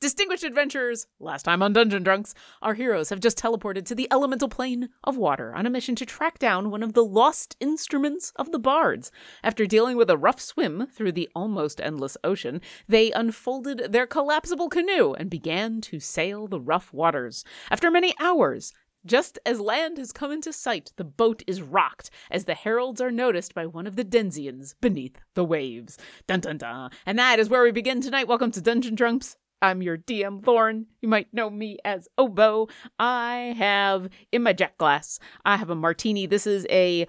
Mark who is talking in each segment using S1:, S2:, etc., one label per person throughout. S1: Distinguished adventurers, last time on Dungeon Drunks, our heroes have just teleported to the elemental plane of water on a mission to track down one of the lost instruments of the bards. After dealing with a rough swim through the almost endless ocean, they unfolded their collapsible canoe and began to sail the rough waters. After many hours, just as land has come into sight, the boat is rocked as the heralds are noticed by one of the Denzians beneath the waves. Dun dun dun. And that is where we begin tonight. Welcome to Dungeon Drunks. I'm your DM, Lauren. You might know me as Oboe. I have in my jack glass, I have a martini. This is a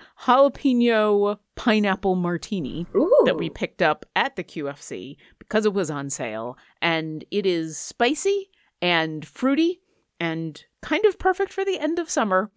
S1: jalapeno pineapple martini that we picked up at the QFC because it was on sale. And it is spicy and fruity and kind of perfect for the end of summer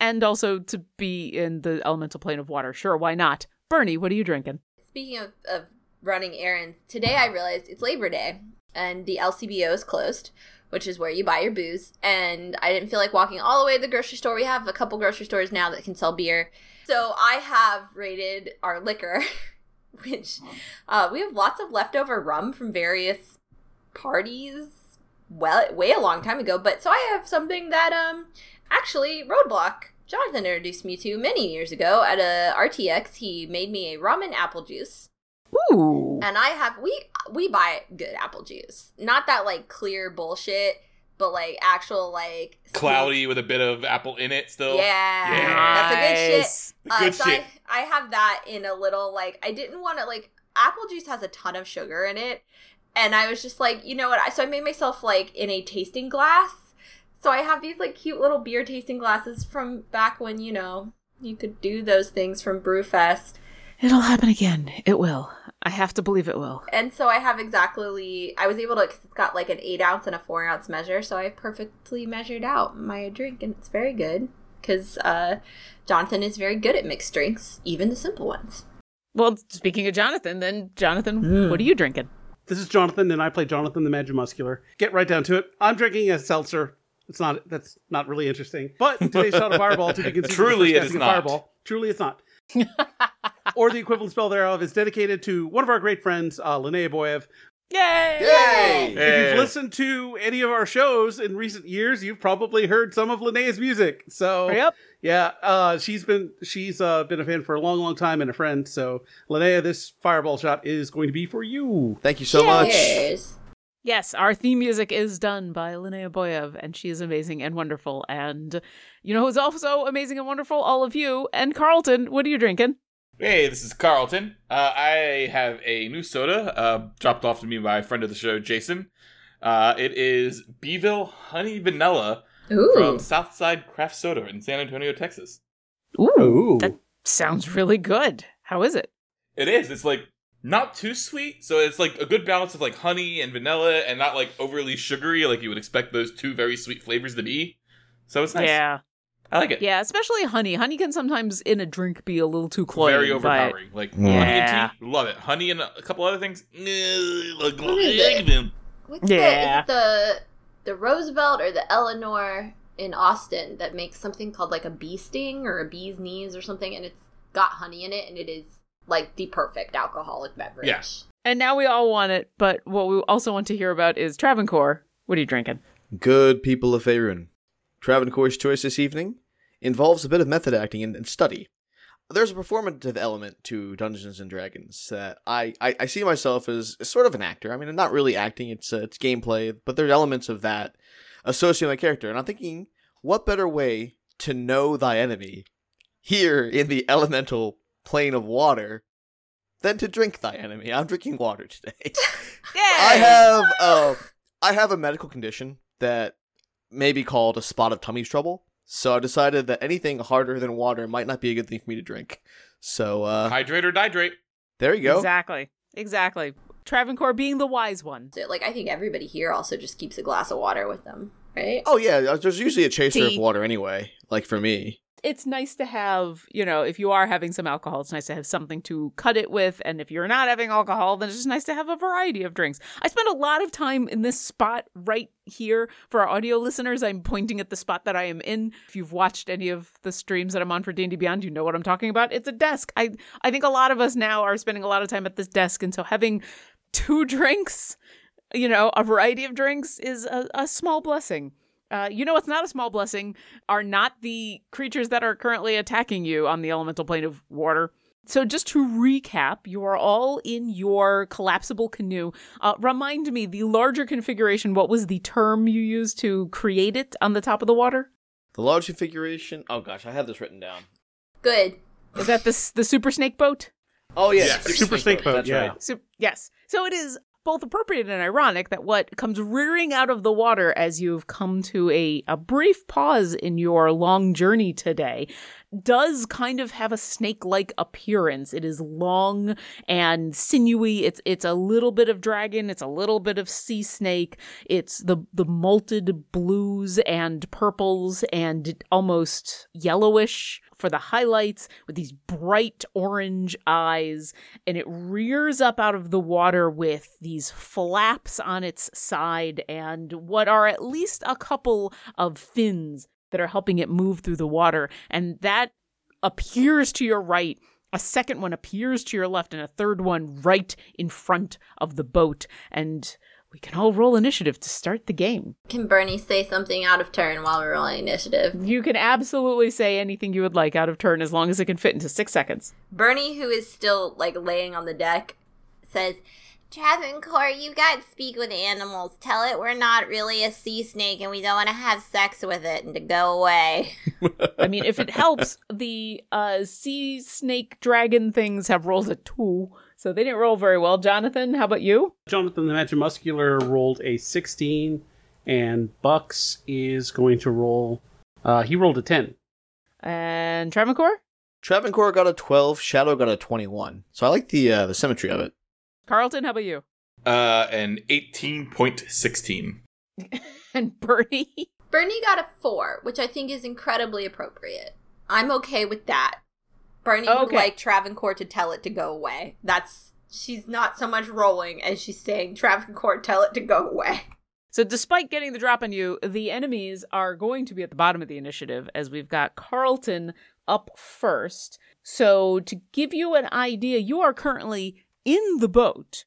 S1: and also to be in the elemental plane of water. Sure, why not? Bernie, what are you drinking?
S2: Speaking of, of running errands, today I realized it's Labor Day and the LCBO is closed, which is where you buy your booze. And I didn't feel like walking all the way to the grocery store. We have a couple grocery stores now that can sell beer. So I have rated our liquor, which uh, we have lots of leftover rum from various parties well way a long time ago but so i have something that um actually roadblock jonathan introduced me to many years ago at a rtx he made me a rum and apple juice
S1: Ooh.
S2: and i have we we buy good apple juice not that like clear bullshit but like actual like
S3: Cloudy with a bit of apple in it still.
S2: yeah, that's a good shit Uh,
S3: Good
S2: so
S3: shit.
S2: I, I have that in a little like I didn't want to like apple juice has a ton of sugar in it, and I was just like, you know what? I, so I made myself like in a tasting glass. So I have these like cute little beer tasting glasses from back when you know you could do those things from Brewfest,
S1: It'll happen again. It will. I have to believe it will.
S2: and so I have exactly I was able to because it's got like an eight ounce and a four ounce measure, so I perfectly measured out my drink, and it's very good because uh, Jonathan is very good at mixed drinks, even the simple ones.
S1: Well, speaking of Jonathan, then Jonathan, what are you drinking?
S4: This is Jonathan, and I play Jonathan the Magimuscular. Get right down to it. I'm drinking a seltzer. It's not. That's not really interesting. But today's shot of fireball to be considered
S3: Truly
S4: the
S3: it
S4: first casting
S3: is
S4: of
S3: not.
S4: Fireball. Truly, it's not. or the equivalent spell thereof is dedicated to one of our great friends, uh, Linnea Boyev.
S1: Yay!
S5: Yay!
S4: If
S3: Eh.
S4: you've listened to any of our shows in recent years, you've probably heard some of Linnea's music. So
S1: Yep.
S4: yeah, uh, she's been she's uh, been a fan for a long, long time and a friend. So Linnea, this fireball shot is going to be for you.
S5: Thank you so much.
S2: Cheers.
S1: Yes, our theme music is done by Linnea Boyev, and she is amazing and wonderful. And you know who's also amazing and wonderful? All of you. And Carlton, what are you drinking?
S3: Hey, this is Carlton. Uh, I have a new soda uh, dropped off to me by a friend of the show, Jason. Uh, it is Beeville Honey Vanilla
S2: Ooh.
S3: from Southside Craft Soda in San Antonio, Texas.
S4: Ooh.
S1: That sounds really good. How is it?
S3: It is. It's like not too sweet, so it's like a good balance of like honey and vanilla, and not like overly sugary, like you would expect those two very sweet flavors to be. So it's nice.
S1: Yeah.
S3: I like it.
S1: Yeah, especially honey. Honey can sometimes in a drink be a little too cloying.
S3: Very
S1: but-
S3: overpowering. Like
S5: Yeah.
S3: honey and tea, love it. Honey and a couple other things. eh,
S2: What's
S1: Yeah.
S2: the, is it the the Roosevelt or the Eleanor in Austin that makes something called like a bee sting or a bee's knees or something, and it's got honey in it, and it is like the perfect alcoholic beverage.
S3: Yeah.
S1: And now we all want it, but what we also want to hear about is Travancore. What are you drinking?
S5: Good people of Faerun. Travancore's choice this evening involves a bit of method acting and, and study. There's a performative element to Dungeons and Dragons that I, I, I see myself as sort of an actor. I mean, I'm not really acting; it's uh, it's gameplay, but there's elements of that associated with my character. And I'm thinking, what better way to know thy enemy here in the elemental plane of water than to drink thy enemy? I'm drinking water today. I have uh, I have a medical condition that may be called a spot of tummy trouble. So I decided that anything harder than water might not be a good thing for me to drink. So uh,
S3: Hydrate or dihydrate.
S5: there you go.
S1: Exactly. Exactly. Travancore being the wise one.
S2: So, like I think everybody here also just keeps a glass of water with them. right?
S5: Oh yeah, there's usually a chaser
S1: Tea.
S5: of water anyway. Like for me,
S1: It's nice to have, you know, if you are having some alcohol, it's nice to have something to cut it with. And if you're not having alcohol, then it's just nice to have a variety of drinks. I spent a lot of time in this spot right here. For our audio listeners, I'm pointing at the spot that I am in. If you've watched any of the streams that I'm on for D&D Beyond, you know what I'm talking about. It's a desk. I I think a lot of us now are spending a lot of time at this desk, and so having two drinks, you know, a variety of drinks is a, a small blessing. Uh, you know what's not a small blessing are not the creatures that are currently attacking you on the elemental plane of water. So just to recap, you are all in your collapsible canoe. Uh, remind me the larger configuration. What was the term you used to create it on the top of the water?
S5: the large configuration. Oh gosh, I have this written down.
S2: Good.
S1: Is that the s- the super snake boat?
S5: Oh yeah,
S3: Yes.
S4: Super snake boat.
S5: That's
S4: Yeah.
S5: right.
S1: So, yes. So it is both appropriate and ironic that what comes rearing out of the water as you've come to a, a brief pause in your long journey today does kind of have a snake-like appearance. It is long and sinewy. It's it's a little bit of dragon, it's a little bit of sea snake. It's the the molted blues and purples and almost yellowish for the highlights with these bright orange eyes and it rears up out of the water with these flaps on its side and what are at least a couple of fins that are helping it move through the water. And that appears to your right. A second one appears to your left, and a third one right in front of the boat. And we can all roll initiative to start the game.
S2: Can Bernie say something out of turn while we're rolling initiative?
S1: You can absolutely say anything you would like out of turn as long as it can fit into six seconds.
S2: Bernie, who is still like laying on the deck, says, Travancore, you guys speak with animals. Tell it we're not really a sea snake and we don't want to have sex with it and to go away.
S1: I mean, if it helps, the uh, sea snake dragon things have rolled a two, so they didn't roll very well. Jonathan, how about you?
S4: Jonathan the Magic Muscular rolled a 16, and Bucks is going to roll. Uh, he rolled a 10.
S1: And Travancore?
S5: Travancore got a twelve. Shadow got a twenty-one. So I like the uh, the symmetry of it.
S1: Carlton, how about you?
S3: Uh, and eighteen point sixteen.
S1: And Bernie?
S2: Bernie got a four, which I think is incredibly appropriate. I'm okay with that. Bernie would
S1: Okay.
S2: like Travancore to tell it to go away. That's she's not so much rolling as she's saying Travancore tell it to go away.
S1: So, despite getting the drop on you, the enemies are going to be at the bottom of the initiative as we've got Carlton up first. So, to give you an idea, you are currently in the boat.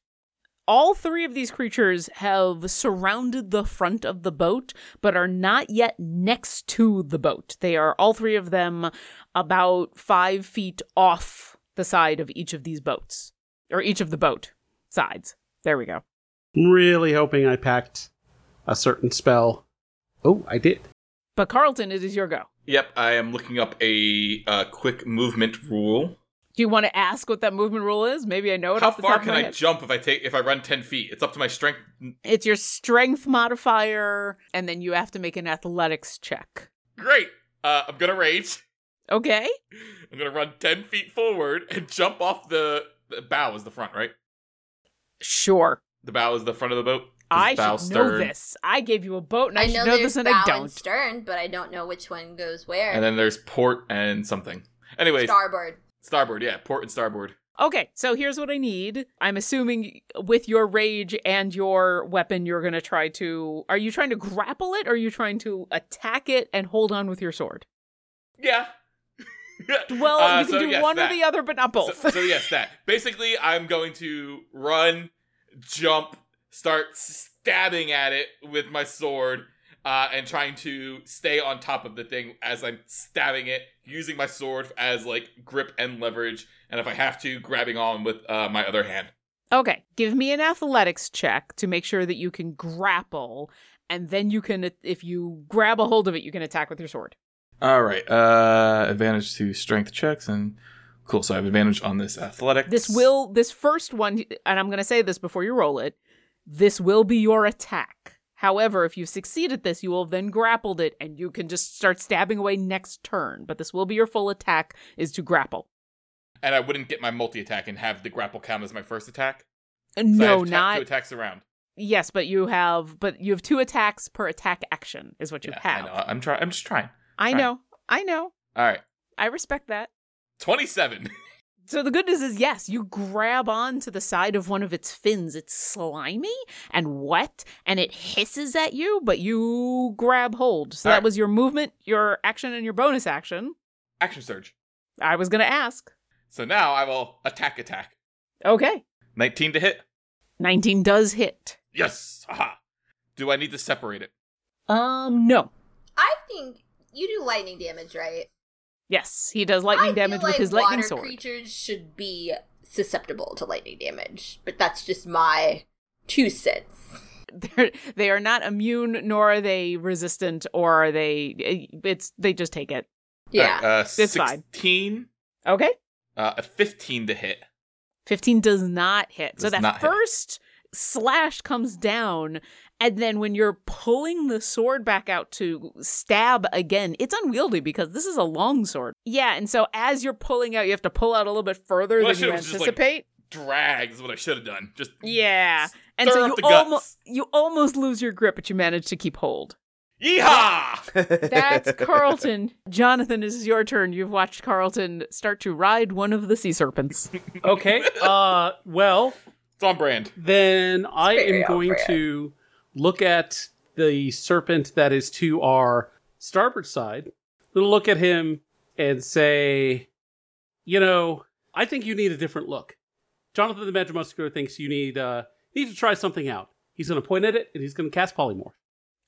S1: All three of these creatures have surrounded the front of the boat, but are not yet next to the boat. They are all three of them about five feet off the side of each of these boats, or each of the boat sides. There we go.
S4: I'm really hoping I packed a certain spell. Oh, I did.
S1: But, Carlton, it is your go.
S3: Yep, I am looking up a uh, quick movement rule.
S1: Do you want to ask what that movement rule is? Maybe I know it.
S3: How
S1: off the top
S3: far
S1: of
S3: can
S1: my
S3: I
S1: head.
S3: jump if I take if I run ten feet? It's up to my strength.
S1: It's your strength modifier, and then you have to make an athletics check.
S3: Great. Uh, I'm gonna rage.
S1: Okay.
S3: I'm gonna run ten feet forward and jump off the, the bow. Is the front right?
S1: Sure.
S3: The bow is the front of the boat.
S1: I
S3: Is bow
S1: should know this. I gave you a boat, and I,
S2: I
S1: should
S2: know,
S1: know,
S2: there's
S1: this, and
S2: bow
S1: I don't.
S2: and stern, but I don't know which one goes where.
S3: And then there's port and something. Anyways,
S2: Starboard.
S3: starboard. Yeah, port and starboard.
S1: okay. So here's what I need. I'm assuming with your rage and your weapon, you're going to try to. Are you trying to grapple it, or are you trying to attack it and hold on with your sword?
S3: Yeah.
S1: Well,
S3: Uh,
S1: you can
S3: so
S1: do
S3: yes,
S1: one
S3: that.
S1: or the other, but not both.
S3: So, so yes, that. Basically, I'm going to run, jump, start stabbing at it with my sword, uh, and trying to stay on top of the thing as I'm stabbing it, using my sword as like grip and leverage, and if I have to, grabbing on with uh, my other hand.
S1: Okay, give me an athletics check to make sure that you can grapple, and then you can, if you grab a hold of it, you can attack with your sword.
S3: All right. Uh, advantage to strength checks and cool. So I have advantage on this athletic.
S1: This will, this first one, and I'm going to say this before you roll it, this will be your attack. However, if you succeed at this, you will have then grappled it, and you can just start stabbing away next turn. But this will be your full attack, is to grapple.
S3: and I wouldn't get my multi attack and have the grapple count as my first attack. So I
S1: No,
S3: have ta- two
S1: not
S3: attacks around.
S1: Yes, but you have but you have two attacks per attack action is what you
S3: Yeah, I
S1: have.
S3: know. I'm trying. I'm just trying.
S1: I
S3: Right.
S1: know. I know.
S3: All right.
S1: I respect that.
S3: 27.
S1: So the good news is yes, you grab onto the side of one of its fins. It's slimy and wet and it hisses at you, but you grab hold. So that
S3: Alright.
S1: was your movement, your action and your bonus action.
S3: Action surge.
S1: I was going to ask.
S3: So now I will attack attack.
S1: Okay.
S3: 19 to hit.
S1: 19 does hit.
S3: Yes. Aha. Do I need to separate it?
S1: Um no.
S2: I think you do lightning damage, right?
S1: Yes, he does lightning
S2: I feel
S1: damage with
S2: like
S1: his lightning
S2: water
S1: sword.
S2: creatures should be susceptible to lightning damage, but that's just my two cents.
S1: They're, they are not immune nor are they resistant or are they it's they just take it.
S2: Yeah.
S3: All right, uh,
S1: It's fine.
S3: 16.
S1: Okay.
S3: Uh, a 15 to hit.
S1: 15 does not hit. so
S3: Does not
S1: that
S3: hit.
S1: first slash comes down, and then when you're pulling the sword back out to stab again, it's unwieldy because this is a long sword. Yeah, and so as you're pulling out, you have to pull out a little bit further
S3: Well, I
S1: than you
S3: should've just, like-
S1: anticipate.
S3: Drag is what I should have done. Just
S1: yeah. And
S3: stir
S1: so
S3: up
S1: you
S3: the guts.
S1: almost you almost lose your grip, but you manage to keep hold.
S3: Yeehaw!
S1: That's Carlton. Jonathan, this is your turn. You've watched Carlton start to ride one of the sea serpents.
S4: Okay. Uh, well,
S3: It's on brand.
S4: then I
S2: Very
S4: am going
S2: appropriate.
S4: to look at the serpent that is to our starboard side. Gonna look at him and say, you know, I think you need a different look. Jonathan the Magic Muscular thinks you need uh need to try something out. He's gonna point at it and he's gonna cast polymorph.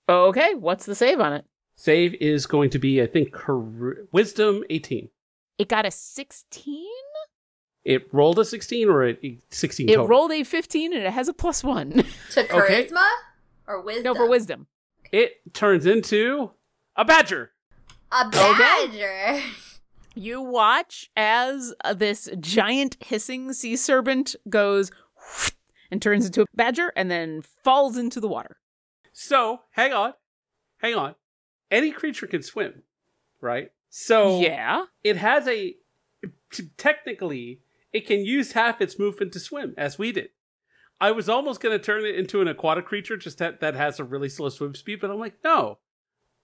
S1: okay, what's the save on it?
S4: Save is going to be, I think, char- wisdom eighteen.
S1: It got a 16?
S4: It rolled a sixteen or a sixteen
S1: It
S4: total.
S1: rolled a 15 and it has a plus one.
S2: To
S4: Okay.
S2: charisma or wisdom?
S1: no, for wisdom.
S4: it turns into a badger.
S2: A badger.
S1: You watch as uh, this giant hissing sea serpent goes and turns into a badger and then falls into the water.
S4: So hang on, hang on. Any creature can swim, right? So
S1: yeah.
S4: it has a t- technically it can use half its movement to swim, as we did. I was almost going to turn it into an aquatic creature, just that that has a really slow swim speed. But I'm like, no.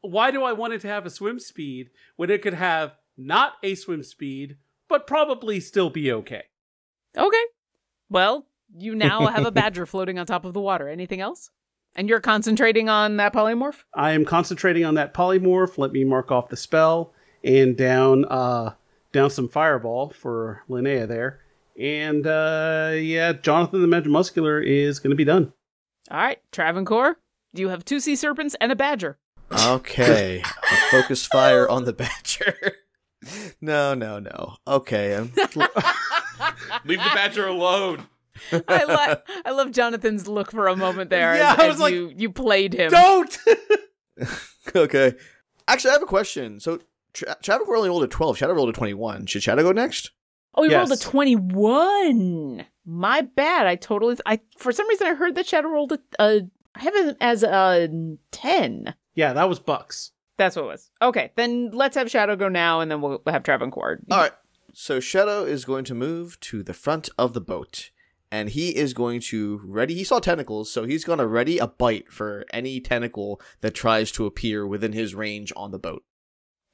S4: Why do I want it to have a swim speed when it could have not a swim speed, but probably still be okay?
S1: Okay. Well, you now have a badger floating on top of the water. Anything else? And you're concentrating on that polymorph?
S4: I am concentrating on that polymorph. Let me mark off the spell and down uh down some fireball for Linnea there. And uh yeah, Jonathan the Magic Muscular is gonna be done.
S1: All right, Travancore, you have two sea serpents and a badger.
S5: okay. A focus fire on the badger. No, no, no. Okay. um, I'm
S3: Leave the badger alone.
S1: I, lo- I love Jonathan's look for a moment there
S4: Yeah,
S1: as,
S4: I was
S1: as
S4: like,
S1: you, you played him.
S4: Don't
S5: okay. Actually, I have a question. So, Tra- Travancore only rolled a 12. Shadow rolled a 21. Should Shadow go next?
S1: Oh, he rolled a
S4: Yes.
S1: 21. My bad. I totally I for some reason I heard that Shadow rolled a, a I have it as a 10.
S4: Yeah, that was Bucks.
S1: That's what it was. Okay, then let's have Shadow go now and then we'll have Travancore.
S5: All right. So, Shadow is going to move to the front of the boat. And he is going to ready. He saw tentacles, so he's going to ready a bite for any tentacle that tries to appear within his range on the boat.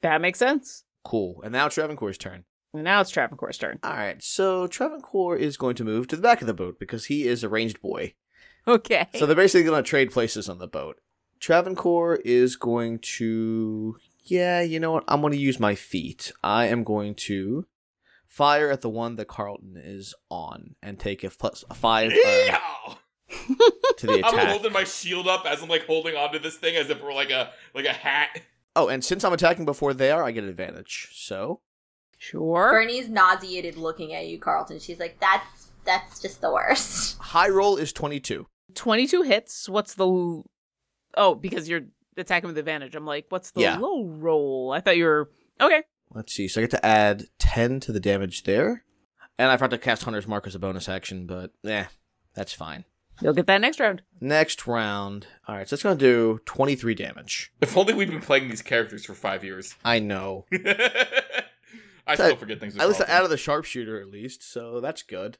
S1: That makes sense.
S5: Cool. And now Travancore's turn.
S1: And now it's Travancore's turn.
S5: All right. So, Travancore is going to move to the back of the boat because he is a ranged boy.
S1: Okay.
S5: So they're basically going to trade places on the boat. Travancore is going to. Yeah, you know what? I'm going to use my feet. I am going to fire at the one that Carlton is on and take a plus a five uh,
S3: Yeehaw!
S5: to the
S3: I'm
S5: attack.
S3: holding my shield up as I'm like holding onto this thing as if it we're like a like a hat.
S5: Oh, and since I'm attacking before they are, I get an advantage. So
S1: sure.
S2: Bernie's nauseated looking at you, Carlton. She's like, that's that's just the worst.
S5: high roll is 22.
S1: 22 hits. What's the l- Oh, because you're attacking with advantage. I'm like, what's the
S5: Yeah.
S1: low roll? I thought you were Okay.
S5: Let's see. So I get to add 10 to the damage there. And I forgot to cast Hunter's Mark as a bonus action, but eh, that's fine.
S1: You'll get that next round.
S5: Next round. All right, so it's going to do 23 damage.
S3: If only we'd been playing these characters for five years.
S5: I know.
S3: I still forget things. with
S5: At least I
S3: Carlton.
S5: added the sharpshooter, at least, so that's good.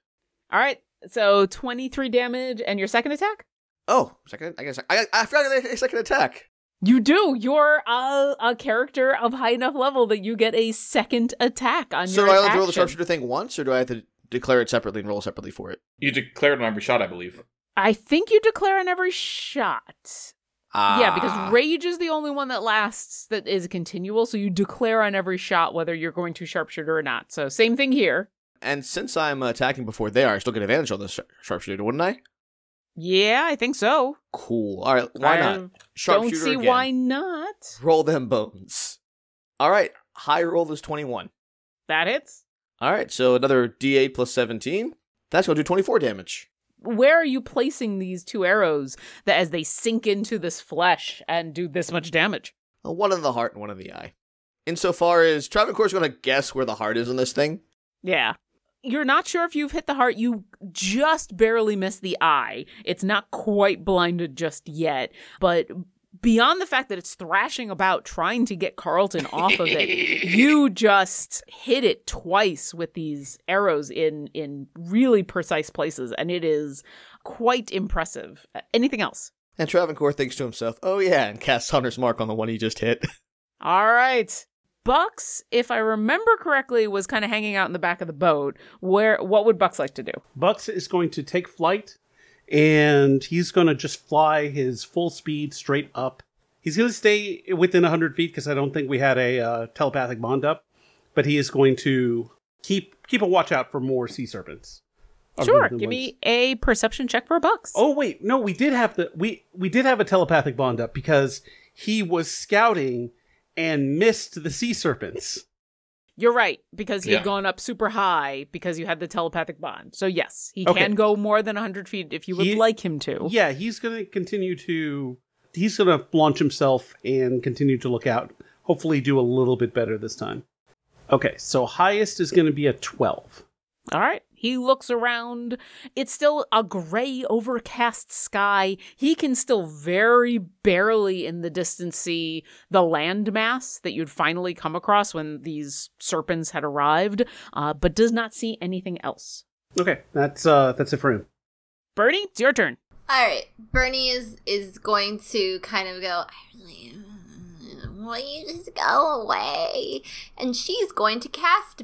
S1: All right. So 23 damage and your second attack?
S5: Oh, second. I guess I I forgot I had a second attack.
S1: You do. You're a, a character of high enough level that you get a second attack on
S5: So
S1: your
S5: do I only have
S1: action.
S5: to roll the sharpshooter thing once, or do I have to declare it separately and roll separately for it?
S3: You declared on every shot, I believe.
S1: I think you declare on every shot.
S5: Ah.
S1: Yeah, because rage is the only one that lasts that is continual, so you declare on every shot whether you're going to sharpshooter or not. So same thing here.
S5: And since I'm attacking before they are, I still get advantage on the sh- sharpshooter, wouldn't I?
S1: Yeah, I think so.
S5: Cool. All right, why
S1: I
S5: not?
S1: Don't
S5: Sharpshooter
S1: see
S5: again.
S1: why not.
S5: Roll them bones. All right, high roll is 21.
S1: That hits.
S5: All right, so another DA plus 17. That's going to do 24 damage.
S1: Where are you placing these two arrows that as they sink into this flesh and do this much damage?
S5: Uh, One in the heart and one in the eye. Insofar as Travancore is going to guess where the heart is on this thing.
S1: Yeah. You're not sure if you've hit the heart. You just barely miss the eye. It's not quite blinded just yet. But beyond the fact that it's thrashing about trying to get Carlton off of it, you just hit it twice with these arrows in in really precise places and it is quite impressive. Uh, Anything else?
S5: And Travancore thinks to himself, oh yeah, and casts Hunter's Mark on the one he just hit.
S1: All right. Bucks, if I remember correctly, was kind of hanging out in the back of the boat. Where what would Bucks like to do?
S4: Bucks is going to take flight and he's going to just fly his full speed straight up. He's going to stay within 100 feet because I don't think we had a uh, telepathic bond up, but he is going to keep keep a watch out for more sea serpents. other
S1: Sure,
S4: than
S1: give
S4: ones-
S1: me a perception check for Bucks.
S4: Oh wait, no, we did have the we we did have a telepathic bond up because he was scouting and missed the sea serpents.
S1: You're right, because he had
S3: Yeah.
S1: gone up super high because you had the telepathic bond. So yes, he
S4: Okay.
S1: can go more than 100 feet if you would
S4: He-
S1: like him to.
S4: Yeah, he's going to continue to he's going to launch himself and continue to look out. Hopefully do a little bit better this time. Okay, so highest is going to be a 12.
S1: All right. He looks around. It's still a gray, overcast sky. He can still very barely in the distance see the landmass that you'd finally come across when these serpents had arrived, uh, but does not see anything else.
S4: Okay, that's uh that's it for him.
S1: Bernie, it's your turn.
S2: All right, Bernie is is going to kind of go. I really will you just go away? And she's going to cast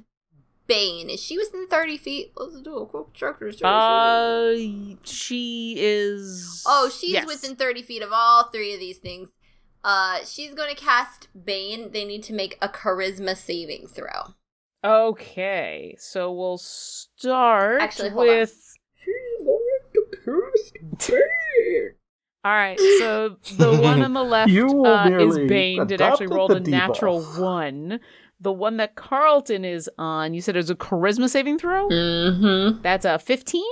S2: Bane. Is she within thirty feet? Let's do a quick check to see what's
S1: Uh, she is.
S2: Oh, she's
S1: yes.
S2: within 30 feet of all three of these things. Uh, she's going to cast Bane. They need to make a charisma saving throw.
S1: Okay, so we'll start
S2: Actually, hold on.
S1: with. All right, so the one on the left
S6: You will
S1: uh, is
S6: merely
S1: Bane. It actually
S6: adopted
S1: rolled a
S6: the
S1: natural
S6: debuff.
S1: one. The one that Carlton is on, you said it was a charisma saving throw?
S2: Mm-hmm.
S1: That's a 15?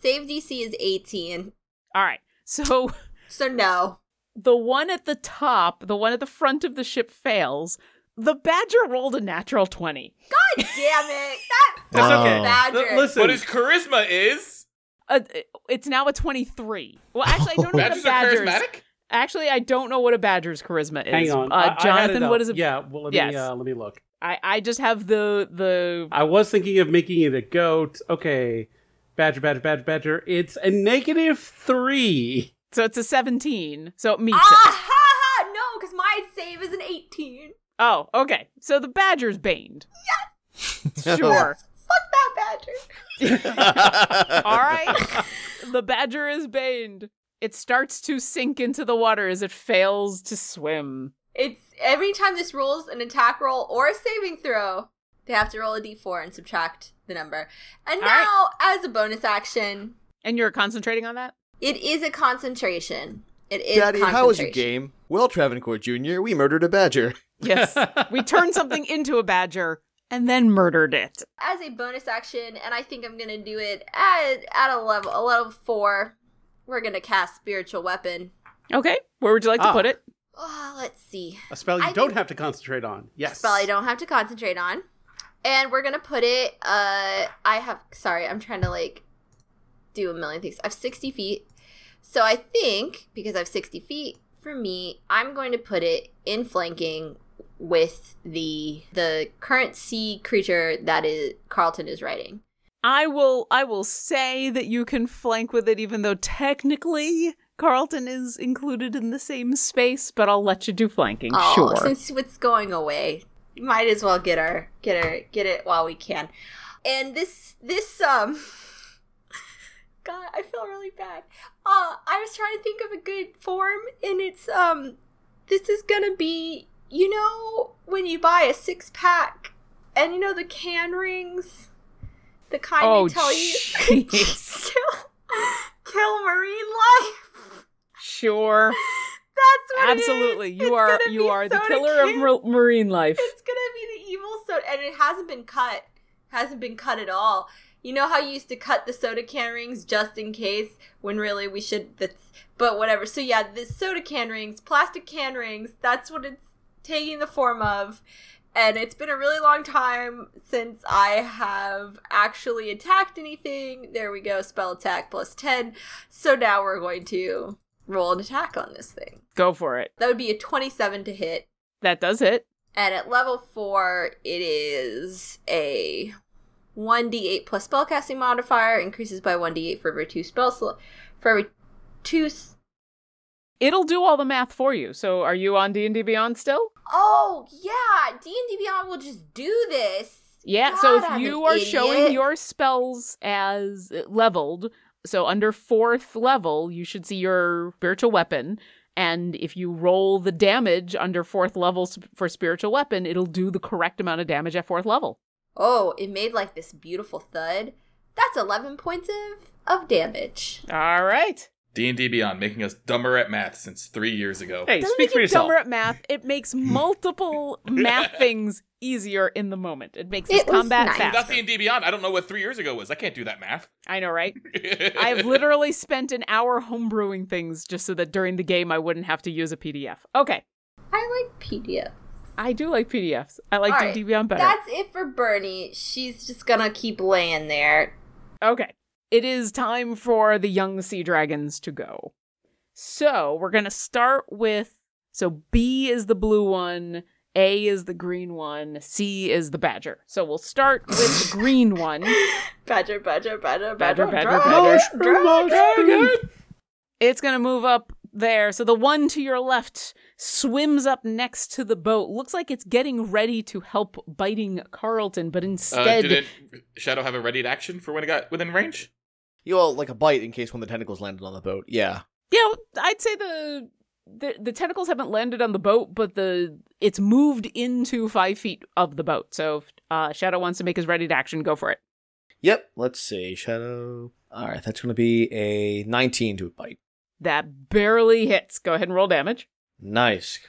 S2: Save DC is 18.
S1: All right, so
S2: So no.
S1: the one at the top, the one at the front of the ship fails. The badger rolled a natural 20.
S2: God damn it. That
S5: That's
S2: fucking
S5: okay.
S2: badger.
S4: L- listen.
S3: But his charisma is.
S1: Uh, it's now a 23. Well, actually, I don't know what a
S3: Badgers are
S1: badger's.
S3: charismatic?
S1: Actually, I don't know what a badger's charisma is.
S4: Hang on. I- I
S1: Uh,
S4: had
S1: Jonathan,
S4: it
S1: what
S4: up.
S1: is it?
S4: Yeah, well let
S1: Yes.
S4: me uh, let me look.
S1: I, I just have the the
S4: I was thinking of making it a goat. Okay. Badger, badger, badger, badger. It's a negative three.
S1: so it's a 17. So it meets
S2: ah,
S1: it.
S2: ha, ha, no, because my save is an 18.
S1: Oh, okay. So the badger's baned. Sure.
S2: Fuck that badger.
S1: All right. the badger is baned. It starts to sink into the water as it fails to swim.
S2: It's every time this rolls an attack roll or a saving throw, they have to roll a d4 and subtract the number. And
S1: All right.
S2: now, as a bonus action,
S1: And you're concentrating on that?
S2: It is a concentration. It is
S5: Daddy, how was your
S2: concentration.
S5: game? Well, Travancore Jr., we murdered a badger.
S1: Yes. we turned something into a badger and then murdered it.
S2: As a bonus action, and I think I'm gonna do it at at a level a level four. We're gonna cast spiritual weapon.
S1: Okay. Where would you like to
S4: Ah.
S1: put it?
S2: Oh, let's see.
S4: A spell you
S2: I
S4: don't
S2: think-
S4: have to concentrate on. Yes.
S2: Spell I don't have to concentrate on. And we're gonna put it uh I have sorry, I'm trying to like do a million things. I've sixty feet. So I think because I've sixty feet, for me, I'm going to put it in flanking with the the current sea creature that is Carlton is riding.
S1: I will I will say that you can flank with it even though technically Carlton is included in the same space, but I'll let you do flanking.
S2: Oh,
S1: sure.
S2: Since it's going away, might as well get our get our get it while we can. And this this um God, I feel really bad. Uh I was trying to think of a good form and it's um this is gonna be you know when you buy a six pack and you know the can rings? The kind
S1: Oh,
S2: they tell you
S1: jeez.
S2: kill, kill marine life.
S1: sure.
S2: That's what it is.
S1: Absolutely.
S2: It's
S1: You are
S2: gonna
S1: you
S2: be
S1: are the
S2: soda
S1: killer of
S2: can.
S1: mar- marine life.
S2: It's gonna be the evil soda, and it hasn't been cut. Hasn't been cut at all. You know how you used to cut the soda can rings just in case, when really we should. That's but whatever. So yeah, the soda can rings, plastic can rings. That's what it's taking the form of. And it's been a really long time since I have actually attacked anything. There we go, spell attack plus 10. So now we're going to roll an attack on this thing.
S1: Go for it.
S2: That would be a 27 to hit.
S1: That does it.
S2: And at level four, it is a 1d8 plus spellcasting modifier, increases by 1d8 for every two spell slo- for every two. S-
S1: It'll do all the math for you. So are you on D&D Beyond still?
S2: oh yeah, D and D Beyond will just do this.
S1: Yeah, so
S2: God,
S1: if
S2: I'm
S1: you
S2: an
S1: are showing
S2: idiot.
S1: your spells as uh, leveled, so under fourth level, you should see your spiritual weapon. And if you roll the damage under fourth level s- for spiritual weapon, it'll do the correct amount of damage at fourth level.
S2: oh, it made like this beautiful thud. That's eleven points of of damage.
S1: All right.
S3: D&D Beyond making us dumber at math since 3 years ago.
S4: Hey,
S1: Doesn't
S4: speak
S1: make
S4: for
S1: you
S4: yourself.
S1: dumber at math. It makes multiple math things easier in the moment. It makes this
S2: It was
S1: combat
S2: nice.
S1: faster.
S3: That's D&D Beyond. I don't know what 3 years ago was. I can't do that math.
S1: I know, right? I have literally spent an hour homebrewing things just so that during the game I wouldn't have to use a PDF. Okay.
S2: I like PDF.
S1: I do like PDFs. I like
S2: All
S1: D
S2: right,
S1: D Beyond better.
S2: That's it for Bernie. She's just gonna keep laying there.
S1: Okay. It is time for the young sea dragons to go. So we're going to start with so B is the blue one, A is the green one, C is the badger. So we'll start with the green one.
S2: Badger, badger, badger,
S1: Badger,
S2: badger,
S1: badger,
S2: dragon,
S4: Mushroom,
S2: dragon.
S4: mushroom.
S1: It's going to move up there. So the one to your left swims up next to the boat. Looks like it's getting ready to help biting Carlton, but
S3: Uh,
S1: instead
S3: didn't Shadow have a ready to action for when it got within range?
S5: You all like a bite in case one of the tentacles landed on the boat. Yeah.
S1: Yeah, I'd say the, the the tentacles haven't landed on the boat, but the it's moved into five feet of the boat. So if uh, Shadow wants to make his ready to action, go for it.
S5: Yep. Let's see. Shadow. All right. That's going to be a 19 to a bite.
S1: That barely hits. Go ahead and roll damage.
S5: Nice.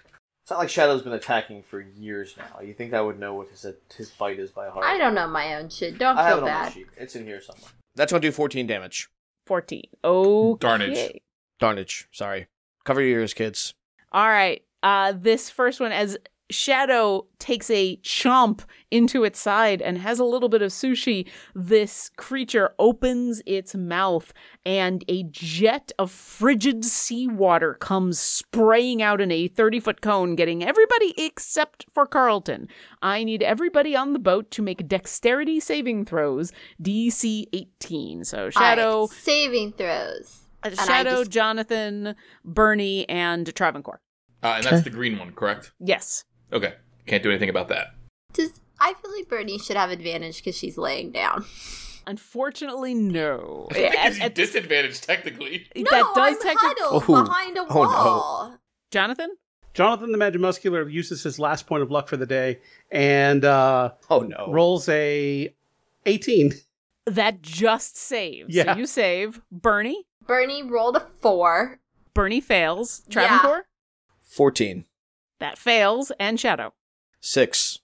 S5: It's not like Shadow's been attacking for years now. You think I would know what his his bite is by heart?
S2: I don't know my own shit. Don't
S5: I have
S2: feel
S5: it on my
S2: bad.
S5: sheet. It's in here somewhere. That's gonna do 14 damage.
S1: Fourteen. Oh,
S3: Darnage.
S5: Darnage. Sorry. Cover your ears, kids.
S1: All right. Uh, this first one, as Shadow takes a chomp into its side and has a little bit of sushi, this creature opens its mouth and a jet of frigid seawater comes spraying out in a 30 foot cone, getting everybody except for Carlton. I need everybody on the boat to make dexterity saving throws, DC 18. So, Shadow,
S2: Alright, saving throws.
S1: uh,
S2: I
S1: Shadow,
S2: just-
S1: Jonathan, Bernie, and Travancore.
S3: Uh, and that's the green one, correct?
S1: Yes.
S3: Okay. Can't do anything about that.
S2: Does I feel like Bernie should have advantage because she's laying down.
S1: Unfortunately, no.
S3: I think it
S1: At-
S3: gives you
S1: at-
S3: disadvantage technically.
S2: No,
S1: that does
S2: I'm
S1: technically.
S2: huddled
S5: Oh.
S2: behind a
S5: Oh, no.
S2: wall.
S1: Jonathan,
S4: Jonathan the Magimuscular uses his last point of luck for the day and uh,
S5: Oh no.
S4: rolls a 18.
S1: that just saves.
S4: Yeah.
S1: So you save. Bernie,
S2: Bernie rolled a four.
S1: Bernie fails.
S2: Yeah.
S1: Travancore,
S5: 14.
S1: that fails. And Shadow,
S5: 6.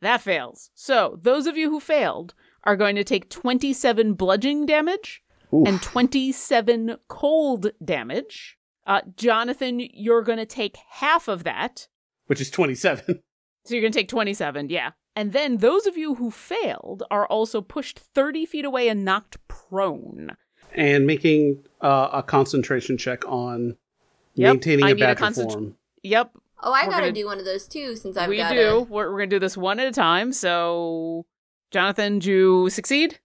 S1: that fails. So those of you who failed are going to take 27 bludgeoning damage and 27 cold damage. Uh, Jonathan, you're going to take half of that.
S4: which is 27.
S1: So you're going to take 27, yeah. And then those of you who failed are also pushed 30 feet away and knocked prone.
S4: And making uh, a concentration check on
S1: Yep,
S4: maintaining
S1: I
S4: a
S1: need a
S4: badger
S1: concent-
S4: form.
S1: Yep,
S2: Oh, I
S1: We're
S2: gotta
S1: gonna-
S2: do one of those too since I've
S1: we
S2: got
S1: do. We're, we're gonna do this one at a time. So, Jonathan, do you succeed?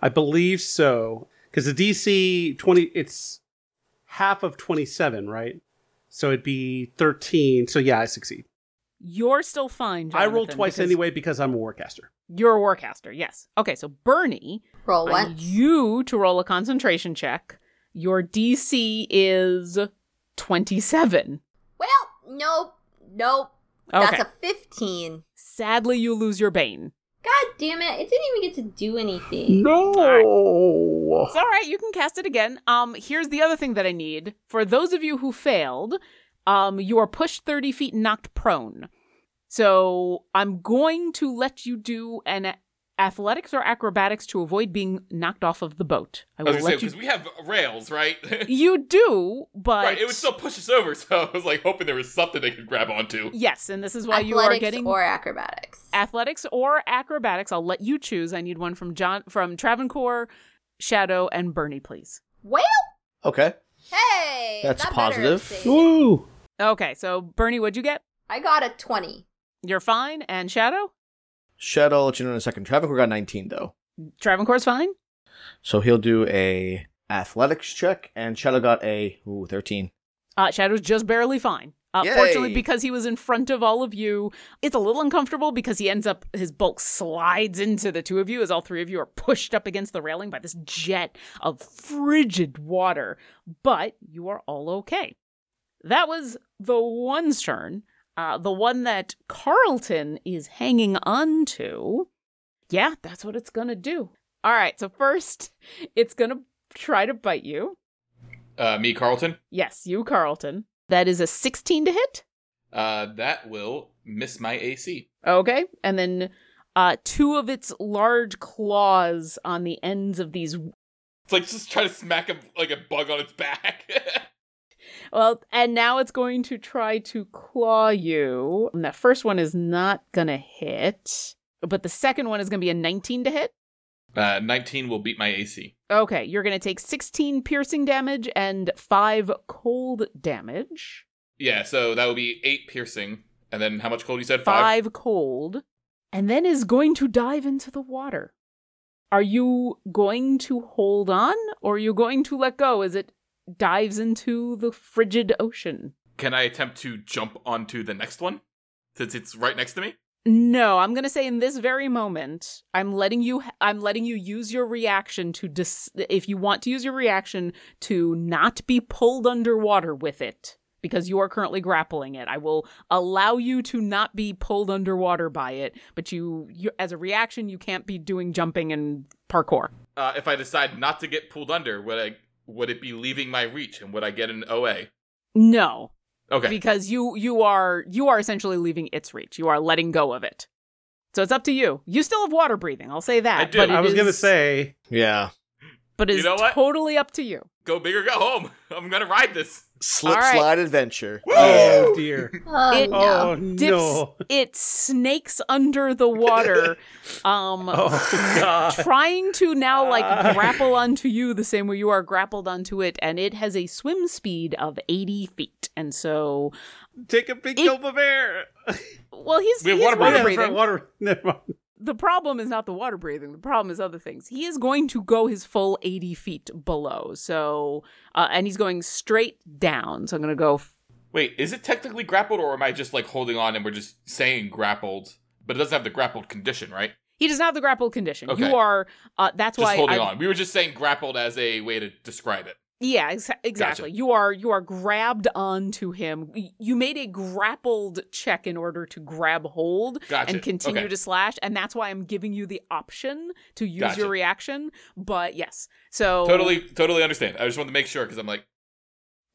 S4: I believe so. Because the DC 20, it's half of 27, right? So it'd be 13. So yeah, I succeed.
S1: You're still fine.
S4: I rolled
S1: Jonathan,
S4: twice
S1: because
S4: anyway because I'm a warcaster.
S1: You're a warcaster. Yes. Okay. So Bernie,
S2: Roll
S1: I need
S2: once.
S1: you to roll a concentration check. Your DC is twenty-seven.
S2: Well, nope, nope.
S1: Okay.
S2: That's a fifteen.
S1: Sadly, you lose your bane.
S2: God damn it! It didn't even get to do anything.
S4: No.
S1: It's all right. You can cast it again. Um, here's the other thing that I need for those of you who failed. Um, you are pushed thirty feet and knocked prone. So I'm going to let you do an a- athletics or acrobatics to avoid being knocked off of the boat. I
S3: I
S1: will
S3: was gonna say
S1: let you.
S3: because we have rails, right?
S1: You do, but
S3: right. It would still push us over, so I was like hoping there was something they could grab onto.
S1: yes, and this is why
S2: Athletics
S1: you are getting
S2: or acrobatics.
S1: athletics or acrobatics. I'll let you choose. I need one from John, from Travancore, Shadow, and Bernie, please.
S2: well,
S5: Okay.
S2: hey,
S5: That's
S2: that better
S5: positive.
S2: save.
S4: Woo.
S1: Okay, so Bernie, what'd you get?
S2: I got a twenty.
S1: You're fine, and Shadow.
S5: Shadow, I'll let you know in a second. Travancore got 19, though.
S1: Travancore's fine.
S5: So he'll do a athletics check, and Shadow got a ooh, 13.
S1: Uh, Shadow's just barely fine. Uh,
S5: Yay.
S1: fortunately, because he was in front of all of you, it's a little uncomfortable because he ends up, his bulk slides into the two of you as all three of you are pushed up against the railing by this jet of frigid water. But you are all okay. That was the one's turn, uh, the one that Carlton is hanging on to. Yeah, that's what it's going to do. All right, so first, it's going to try to bite you.
S3: Uh, me, Carlton.
S1: Yes, you, Carlton. That is a 16 to hit.
S3: Uh, that will miss my AC.
S1: Okay. And then uh, two of its large claws on the ends of these.
S3: It's like just trying to smack a like a bug on its back.
S1: Well, and now it's going to try to claw you. And that first one is not going to hit, but the second one is going to be a 19 to hit.
S3: uh, Nineteen will beat my AC.
S1: Okay. You're going to take 16 piercing damage and five cold damage.
S3: Yeah, so that will be eight piercing, and then how much cold? You said
S1: five, cold, and then is going to dive into the water. Are you going to hold on or are you going to let go as it dives into the frigid ocean?
S3: Can I attempt to jump onto the next one since it's right next to me?
S1: No, I'm going to say in this very moment, I'm letting you I'm letting you use your reaction to dis- if you want to use your reaction to not be pulled underwater with it because you are currently grappling it. I will allow you to not be pulled underwater by it, but you, you as a reaction you can't be doing jumping and parkour.
S3: Uh, if I decide not to get pulled under, would I? Would it be leaving my reach, and would I get an OA?
S1: No,
S3: Okay.
S1: because you you are you are essentially leaving its reach. You are letting go of it. So it's up to you. You still have water breathing. I'll say that.
S3: I do.
S1: but
S3: It
S4: I was going to
S1: to
S4: say
S5: Yeah.
S1: but
S3: You
S1: it's
S3: know what?
S1: totally up to you.
S3: go big or go home. I'm gonna ride this.
S5: Slip
S1: All right.
S5: slide adventure.
S4: Oh dear.
S2: Oh
S1: It-
S2: no!
S4: Oh
S1: Dips,
S4: no.
S1: It snakes under the water, um,
S4: Oh god.
S1: trying to now like
S4: Ah.
S1: grapple onto you the same way you are grappled onto it, and it has a swim speed of eighty feet, and so
S4: Take a big
S1: It-
S4: gulp of air.
S1: well, he's,
S3: We have
S1: he's
S3: water
S4: Oh, yeah,
S1: water
S4: that's right,
S1: breathing.
S4: water. Never mind.
S1: the problem is not the water breathing. The problem is other things. He is going to go his full 80 feet below. So, uh, and he's going straight down. So I'm going to go. F-
S3: Wait, is it technically grappled, or am I just like holding on and we're just saying grappled? But it doesn't have the grappled condition, right?
S1: he does not have the grapple condition.
S3: Okay.
S1: You are. Uh, that's
S3: Just
S1: why.
S3: holding
S1: I-
S3: on. We were just saying grappled as a way to describe it.
S1: Yeah, ex- exactly. You are you are grabbed onto him. Y- You made a grappled check in order to grab hold
S3: Gotcha.
S1: and continue
S3: Okay.
S1: to slash, and that's why I'm giving you the option to use
S3: Gotcha.
S1: your reaction. But yes, so
S3: Totally, totally understand. I just wanted to make sure because I'm like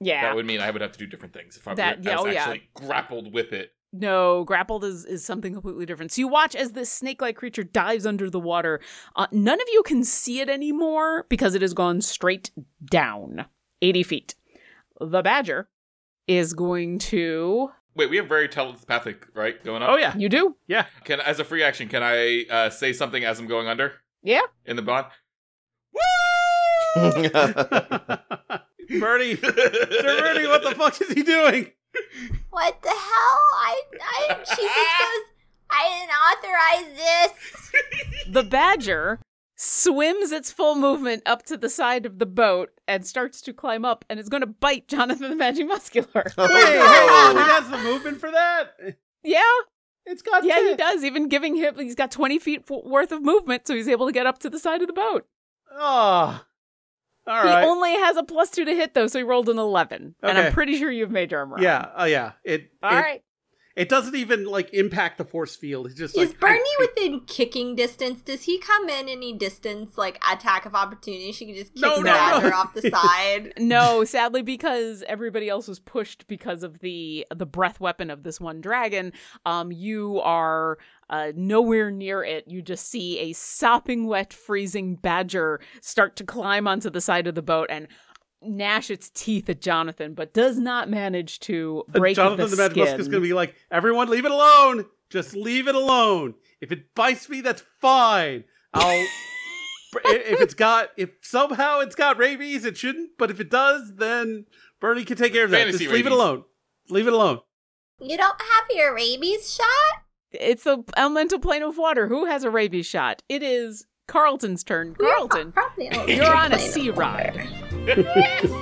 S1: yeah.
S3: that would mean I would have to do different things if I, were-
S1: That- yeah,
S3: I was
S1: oh, yeah.
S3: actually grappled with it.
S1: No, grappled is, is something completely different. So you watch as this snake like creature dives under the water. Uh, none of you can see it anymore because it has gone straight down 80 feet. The badger is going to.
S3: Wait, we have very telepathic, right? Going on.
S4: Oh yeah.
S1: You do?
S3: Can as a free action, can I uh, say something as I'm going under
S1: Yeah.
S3: in the bond?
S4: Bernie, Bernie, what the fuck is he doing?
S2: What the hell? I, I Jesus goes. I didn't authorize this.
S1: The badger swims its full movement up to the side of the boat and starts to climb up and is going to bite Jonathan the Magic Muscular.
S5: Oh,
S4: Hey, hey,
S5: no.
S4: he has the movement for that.
S1: yeah,
S4: It's got
S1: yeah, he
S4: that.
S1: does. Even giving him, he's got 20 feet f- worth of movement, so he's able to get up to the side of the boat.
S4: Oh, all
S1: he
S4: right.
S1: only has a plus two to hit, though, so he rolled an 11. And I'm
S4: Okay.
S1: pretty sure you've made your armor.
S4: yeah, oh yeah. It
S1: All
S4: it,
S1: right.
S4: it doesn't even like impact the force field. It's just
S2: Is
S4: like I-
S2: Bernie
S4: I-
S2: within kicking distance? Does he come in any distance, like attack of opportunity? She can just kick
S4: No,
S2: the
S1: no,
S2: dagger
S4: no.
S2: off the side.
S1: No, sadly, because everybody else was pushed because of the the breath weapon of this one dragon. Um, you are uh, nowhere near it. You just see a sopping wet, freezing badger start to climb onto the side of the boat and gnash its teeth at Jonathan, but does not manage to
S4: Uh,
S1: break
S4: Jonathan
S1: the,
S4: the Magic Musk
S1: skin.
S4: is going to be like, everyone, leave it alone. Just leave it alone. If it bites me, that's fine. I'll. Br- i- if it's got, if somehow it's got rabies, it shouldn't. But if it does, then Bernie can take care of that.
S3: Fantasy
S4: Just leave it
S3: rabies.
S4: alone. Leave it alone.
S2: You don't have your rabies shot?
S1: It's the elemental plane of water. Who has a rabies shot? It is Carlton's turn. Carlton,
S2: Probably not.
S1: you're on a
S2: Plane of
S1: sea
S2: water.
S1: ride.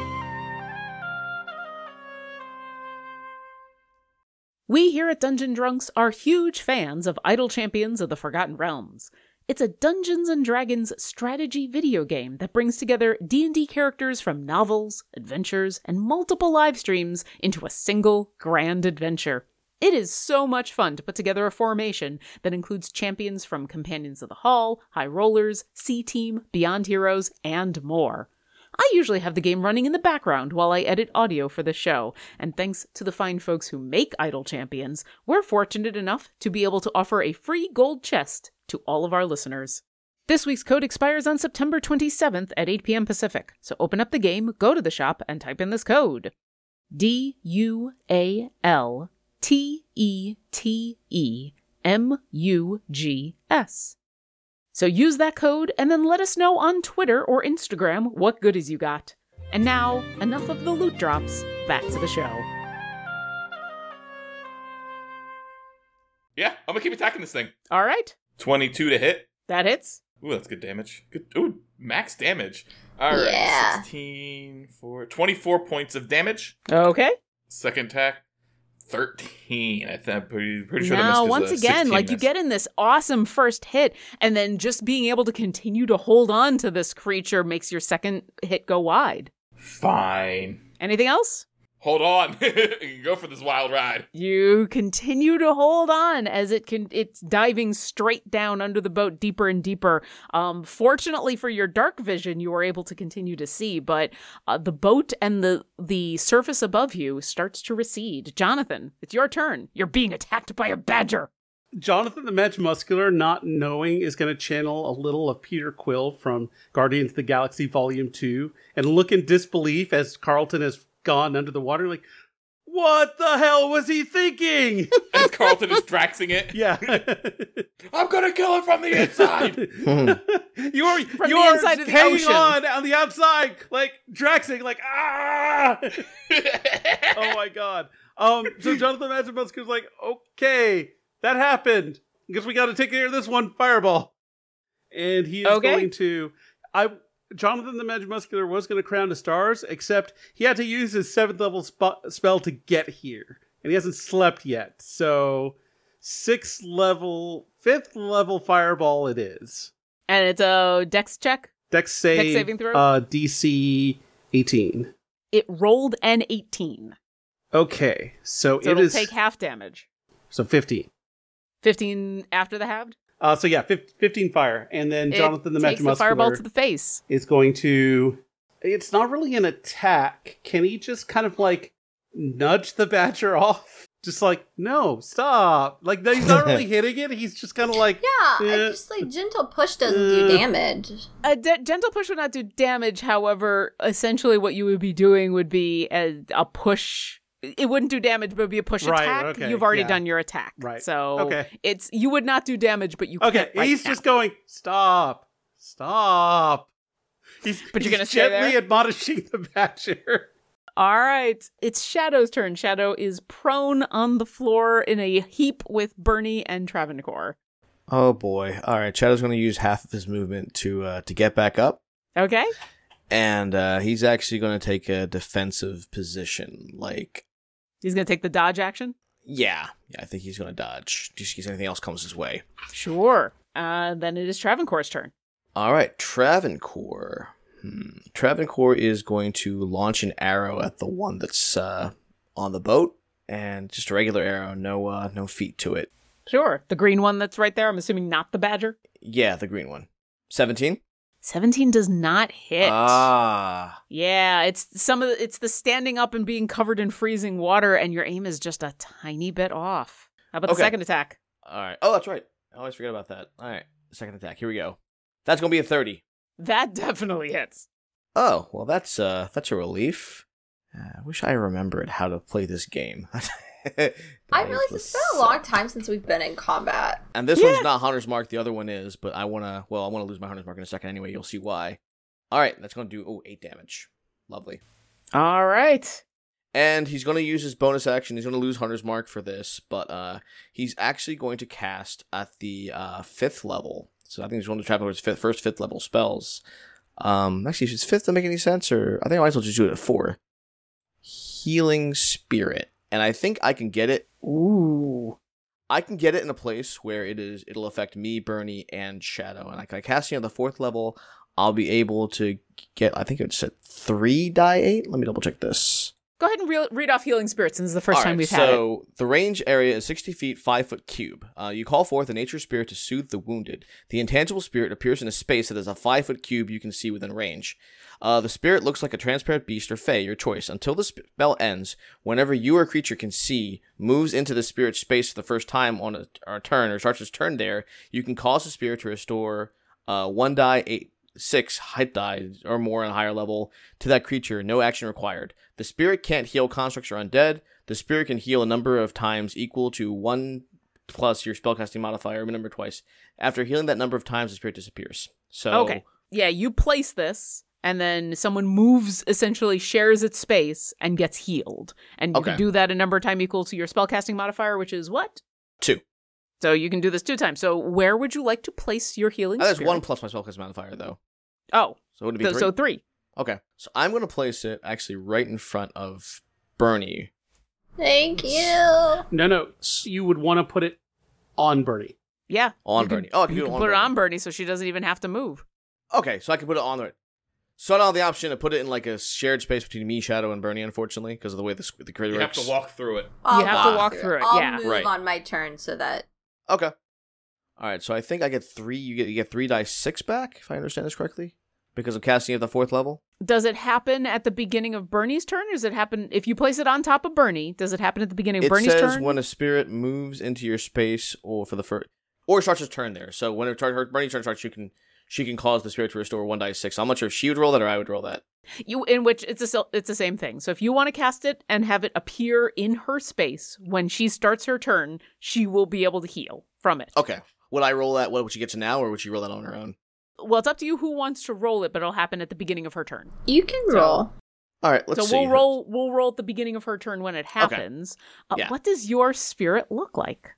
S1: We here at Dungeon Drunks are huge fans of Idle Champions of the Forgotten Realms. It's a Dungeons and Dragons strategy video game that brings together D&D characters from novels, adventures, and multiple live streams into a single grand adventure. It is so much fun to put together a formation that includes champions from Companions of the Hall, High Rollers, C Team, Beyond Heroes, and more. I usually have the game running in the background while I edit audio for the show, and thanks to the fine folks who make Idle Champions, we're fortunate enough to be able to offer a free gold chest to all of our listeners. This week's code expires on September 27th at 8 p.m. Pacific, so open up the game, go to the shop, and type in this code D U A L T E T E M U G S. So use that code and then let us know on Twitter or Instagram what goodies you got. And now, enough of the loot drops, back to the show.
S3: Yeah, I'm gonna keep attacking this thing.
S1: All right,
S3: 22 to hit.
S1: that hits.
S3: Ooh, that's good damage. Good. Ooh, max damage. All right.
S2: Yeah.
S3: 16, four- 24 points of damage.
S1: Okay.
S3: Second attack, 13. I think I'm pretty, pretty sure that missed
S1: now,
S3: 'cause,
S1: once
S3: uh,
S1: again,
S3: 16
S1: like you
S3: missed.
S1: get in this awesome first hit, and then just being able to continue to hold on to this creature makes your second hit go wide.
S3: Fine.
S1: Anything else?
S3: Hold on. you can go for this wild ride.
S1: You continue to hold on as it can it's diving straight down under the boat deeper and deeper. Um fortunately for your dark vision you are able to continue to see, but uh, the boat and the the surface above you starts to recede. Jonathan, it's your turn. You're being attacked by a badger.
S4: Jonathan the Magic Muscular, not knowing, is going to channel a little of Peter Quill from Guardians of the Galaxy Volume 2 and look in disbelief as Carlton has gone under the water, like, what the hell was he thinking?
S3: As Carlton is draxing it.
S4: yeah.
S3: I'm gonna kill it from the inside.
S5: Hmm.
S4: you are
S1: From
S4: you
S1: the
S4: are
S1: inside of the
S4: hanging
S1: ocean.
S4: on on the outside, like Draxing, like ah. oh my god. Um. So Jonathan Magic is like, okay, that happened. Guess we got to take care of this one fireball. And he is
S1: Okay.
S4: going to. I Jonathan the Magic Muscular was going to crown the stars, except he had to use his seventh level sp- spell to get here, and he hasn't slept yet. So sixth level, fifth level fireball it is.
S1: And it's a dex check.
S4: Dex save,
S1: Dex saving throw?
S4: Uh, DC 18.
S1: It rolled an 18.
S4: Okay, so, Oh,
S1: So
S4: it
S1: it will
S4: is
S1: take half damage.
S4: so 15.
S1: 15 after the halved.
S4: Uh, so yeah, fif- 15 fire, and then
S1: It
S4: Jonathan the
S1: takes
S4: Magic
S1: the fireball
S4: Muscular
S1: to the face.
S4: is going to. It's not really an attack. Can he just kind of like nudge the badger off? Just like no, stop! Like no, he's not really hitting it. He's just kind of like eh.
S2: Yeah,
S4: Yeah.
S2: I just like gentle push doesn't do
S4: Uh.
S2: damage.
S1: A de- gentle push would not do damage. However, essentially, what you would be doing would be a, a push. It wouldn't do damage, but it would be a push
S4: Right,
S1: attack.
S4: okay,
S1: You've already
S4: yeah.
S1: done your attack,
S4: Right,
S1: So
S4: okay.
S1: it's you would not do damage, but you
S4: okay.
S1: Can't right
S4: he's
S1: now.
S4: just going stop, stop. He's
S1: But you're
S4: he's
S1: gonna stay
S4: gently admonishing the badger.
S1: all right. It's Shadow's turn. Shadow is prone on the floor in a heap with Bernie and Travancore.
S5: Oh boy! All right, Shadow's going to use half of his movement to uh, to get back up,
S1: Okay.
S5: and uh, he's actually going to take a defensive position. Like,
S1: He's going to take the dodge action.
S5: yeah, yeah, I think he's going to dodge just in case anything else comes his way.
S1: Sure. Uh, then it is Travancore's turn.
S5: All right, Travancore. Hmm. Travancore is going to launch an arrow at the one that's uh, on the boat, and just a regular arrow, no uh, no feet to it.
S1: Sure. The green one that's right there, I'm assuming not the badger.
S5: Yeah, the green one. Seventeen.
S1: 17 does not hit.
S5: Ah.
S1: Yeah, it's some of the, it's the standing up and being covered in freezing water and your aim is just a tiny bit off. How about the
S5: Okay.
S1: second attack?
S5: All right. Oh, that's right. I always forget about that. All right. Second attack. Here we go. That's gonna be a thirty.
S1: That definitely hits.
S5: Oh well, that's uh, that's a relief. Uh, I wish I remembered how to play this game.
S2: I realize it's been a long time since we've been in combat.
S5: And this
S1: Yeah.
S5: one's not hunter's mark. The other one is, but I wanna. Well, I wanna lose my hunter's mark in a second anyway. You'll see why. All right. That's gonna do. Oh, eight damage. Lovely.
S1: All right.
S5: And he's going to use his bonus action. He's going to lose Hunter's Mark for this, but uh, he's actually going to cast at the uh, fifth level. So I think he's going to travel his fifth, first fifth level spells. Um, actually, if it's fifth, doesn't make any sense. Or I think I might as well just do it at four. Healing Spirit, and I think I can get it.
S1: Ooh.
S5: I can get it in a place where it is. It'll affect me, Bernie, and Shadow. And like I cast it at the fourth level, I'll be able to get. I think it's at three die eight. Let me double check this.
S1: Go ahead and re- read off healing spirits since it's the first
S5: All
S1: time
S5: right,
S1: we've had it.
S5: so the range area is 60 feet, 5 foot cube. Uh, you call forth a nature spirit to soothe the wounded. The intangible spirit appears in a space that is a 5 foot cube you can see within range. Uh, the spirit looks like a transparent beast or fey, your choice. Until the sp- spell ends, whenever you or creature can see moves into the spirit space for the first time on a, or a turn or starts its turn there, you can cause the spirit to restore uh, 1 die, 8, 6 hit die or more on a higher level to that creature, no action required. The spirit can't heal constructs or undead. The spirit can heal a number of times equal to one plus your spellcasting modifier, remember twice. After healing that number of times, the spirit disappears. So
S1: Okay. Yeah, you place this and then someone moves essentially shares its space and gets healed. And you
S5: Okay.
S1: can do that a number of time equal to your spellcasting modifier, which is what?
S5: two.
S1: So you can do this two times. So where would you like to place your healing
S5: Oh, That's
S1: spirit?
S5: one plus my spellcasting modifier though.
S1: Oh,
S5: So would it be
S1: so
S5: three?
S1: so three.
S5: okay. So I'm gonna place it actually right in front of Bernie.
S2: Thank you.
S4: No, no. You would want to put it on Bernie.
S1: Yeah.
S5: On
S1: you
S5: Bernie.
S1: Can,
S5: Oh, I can
S1: you
S5: do it
S1: can
S5: on
S1: put it
S5: Bernie.
S1: on Bernie so she doesn't even have to move.
S5: Okay, so I can put it on the So I don't have the option to put it in like a shared space between me, Shadow, and Bernie, unfortunately, because of the way the, the grid
S3: You have
S5: works.
S3: to walk through it.
S1: You have
S5: to
S2: move
S1: walk through it,
S2: I'll
S1: yeah.
S2: move
S5: Right.
S2: on my turn so that
S5: Okay. All right, so I think I get three. You get you get three dice six back, if I understand this correctly, because I'm casting at the fourth level.
S1: Does it happen at the beginning of Bernie's turn? Or does it happen if you place it on top of Bernie? Does it happen at the beginning of
S5: it
S1: Bernie's
S5: says
S1: turn?
S5: when a spirit moves into your space, or for the first, or starts its turn there. So when it tar- her Bernie's turn starts, she can she can cause the spirit to restore one dice six. I'm not sure if she would roll that or I would roll that.
S1: You in which it's a sil- it's the same thing. So if you want to cast it and have it appear in her space when she starts her turn, she will be able to heal from it.
S5: Okay, would I roll that? What would she get to now, or would she roll that on her own?
S1: Well, it's up to you who wants to roll it, but it'll happen at the beginning of her turn.
S2: you can
S1: So-
S2: roll.
S5: All right, let's
S1: so
S5: see.
S1: we'll roll we'll roll at the beginning of her turn when it happens. Uh,
S5: Yeah.
S1: What does your spirit look like?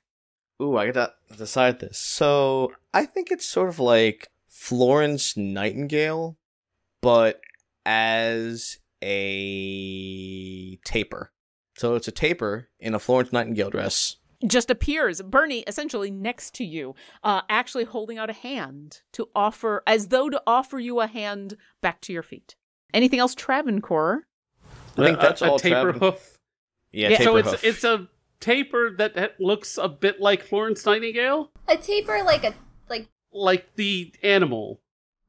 S5: Ooh, I gotta decide this. So I think it's sort of like Florence Nightingale, but as a taper. So it's a taper in a Florence Nightingale dress.
S1: just appears bernie essentially next to you uh, actually holding out a hand to offer as though to offer you a hand back to your feet anything else travancore
S5: I think
S4: A-
S5: that's
S4: a,
S5: all
S4: a taper
S5: Trav-
S4: hoof.
S5: Yeah,
S1: Yeah.
S5: taper
S4: so it's
S5: hoof.
S4: it's a taper that that looks a bit like Florence Nightingale,
S2: A taper like a like
S4: like the animal,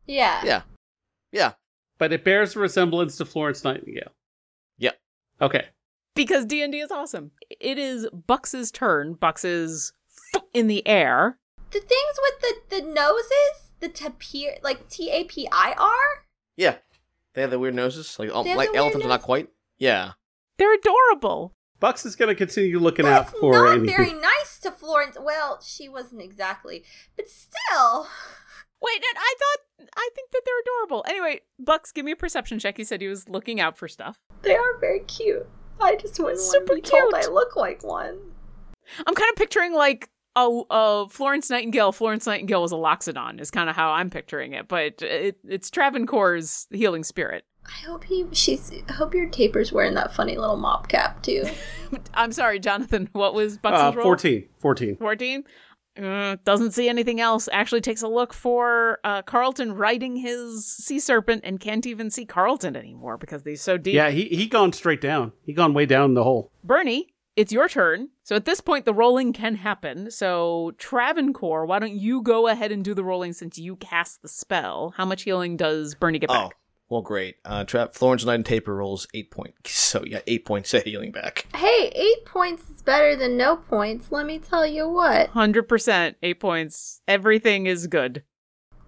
S2: yeah.
S5: yeah, yeah.
S4: but it bears a resemblance to Florence Nightingale.
S5: Yep.
S4: Okay.
S1: because d&d is awesome it is bucks's turn bucks's in the air
S2: The things with the the noses, the tapir like T A P I R.
S5: Yeah, they have the weird noses, like um,
S2: They have
S5: like
S2: the weird
S5: elephants, are not
S2: nose-
S5: quite. Yeah,
S1: they're adorable
S4: Bucks is going to continue looking
S2: That's
S4: out for
S2: not
S4: anything.
S2: very nice to Florence. Well, she wasn't exactly, but still.
S1: wait and i thought i think that they're adorable anyway bucks give me a perception check he said he was looking out for stuff
S2: They are very cute. I just wouldn't want
S1: Super
S2: to be told
S1: cute.
S2: I look like one.
S1: i'm kind of picturing like oh, uh, Florence Nightingale. Florence Nightingale was a loxodon, is kind of how I'm picturing it. But it, it's Travancore's healing spirit.
S2: I hope he she's I hope your taper's wearing that funny little mop cap too.
S1: I'm sorry, Jonathan. What was Bux's
S4: Uh,
S1: roll?
S4: 14. 14.
S1: 14? Uh, doesn't see anything else. Actually, takes a look for uh, Carlton riding his sea serpent and can't even see Carlton anymore because he's so deep.
S4: Yeah, he, he gone straight down. He gone way down the hole.
S1: Bernie, it's your turn. So at this point, the rolling can happen. So Travancore, why don't you go ahead and do the rolling since you cast the spell? How much healing does Bernie get
S5: Oh,
S1: back?
S5: well, great. Uh, Trap Florence Knight and Taper rolls eight point, so yeah, eight points of healing back.
S2: hey, eight points is better than no points. Let me tell you what.
S1: 100%, eight points. Everything is good.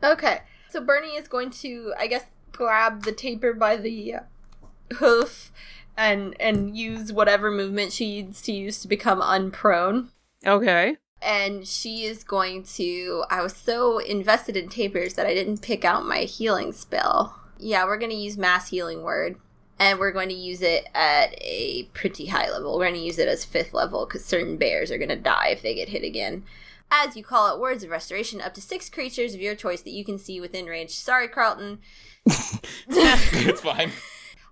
S2: Okay, so Bernie is going to, I guess, grab the taper by the uh, hoof and and use whatever movement she needs to use to become unprone.
S1: Okay.
S2: and she is going to i was so invested in tapers that i didn't pick out my healing spell yeah we're going to use mass healing word and we're going to use it at a pretty high level we're going to use it as fifth level because certain bears are going to die if they get hit again as you call it words of restoration up to six creatures of your choice that you can see within range sorry carlton
S3: it's fine.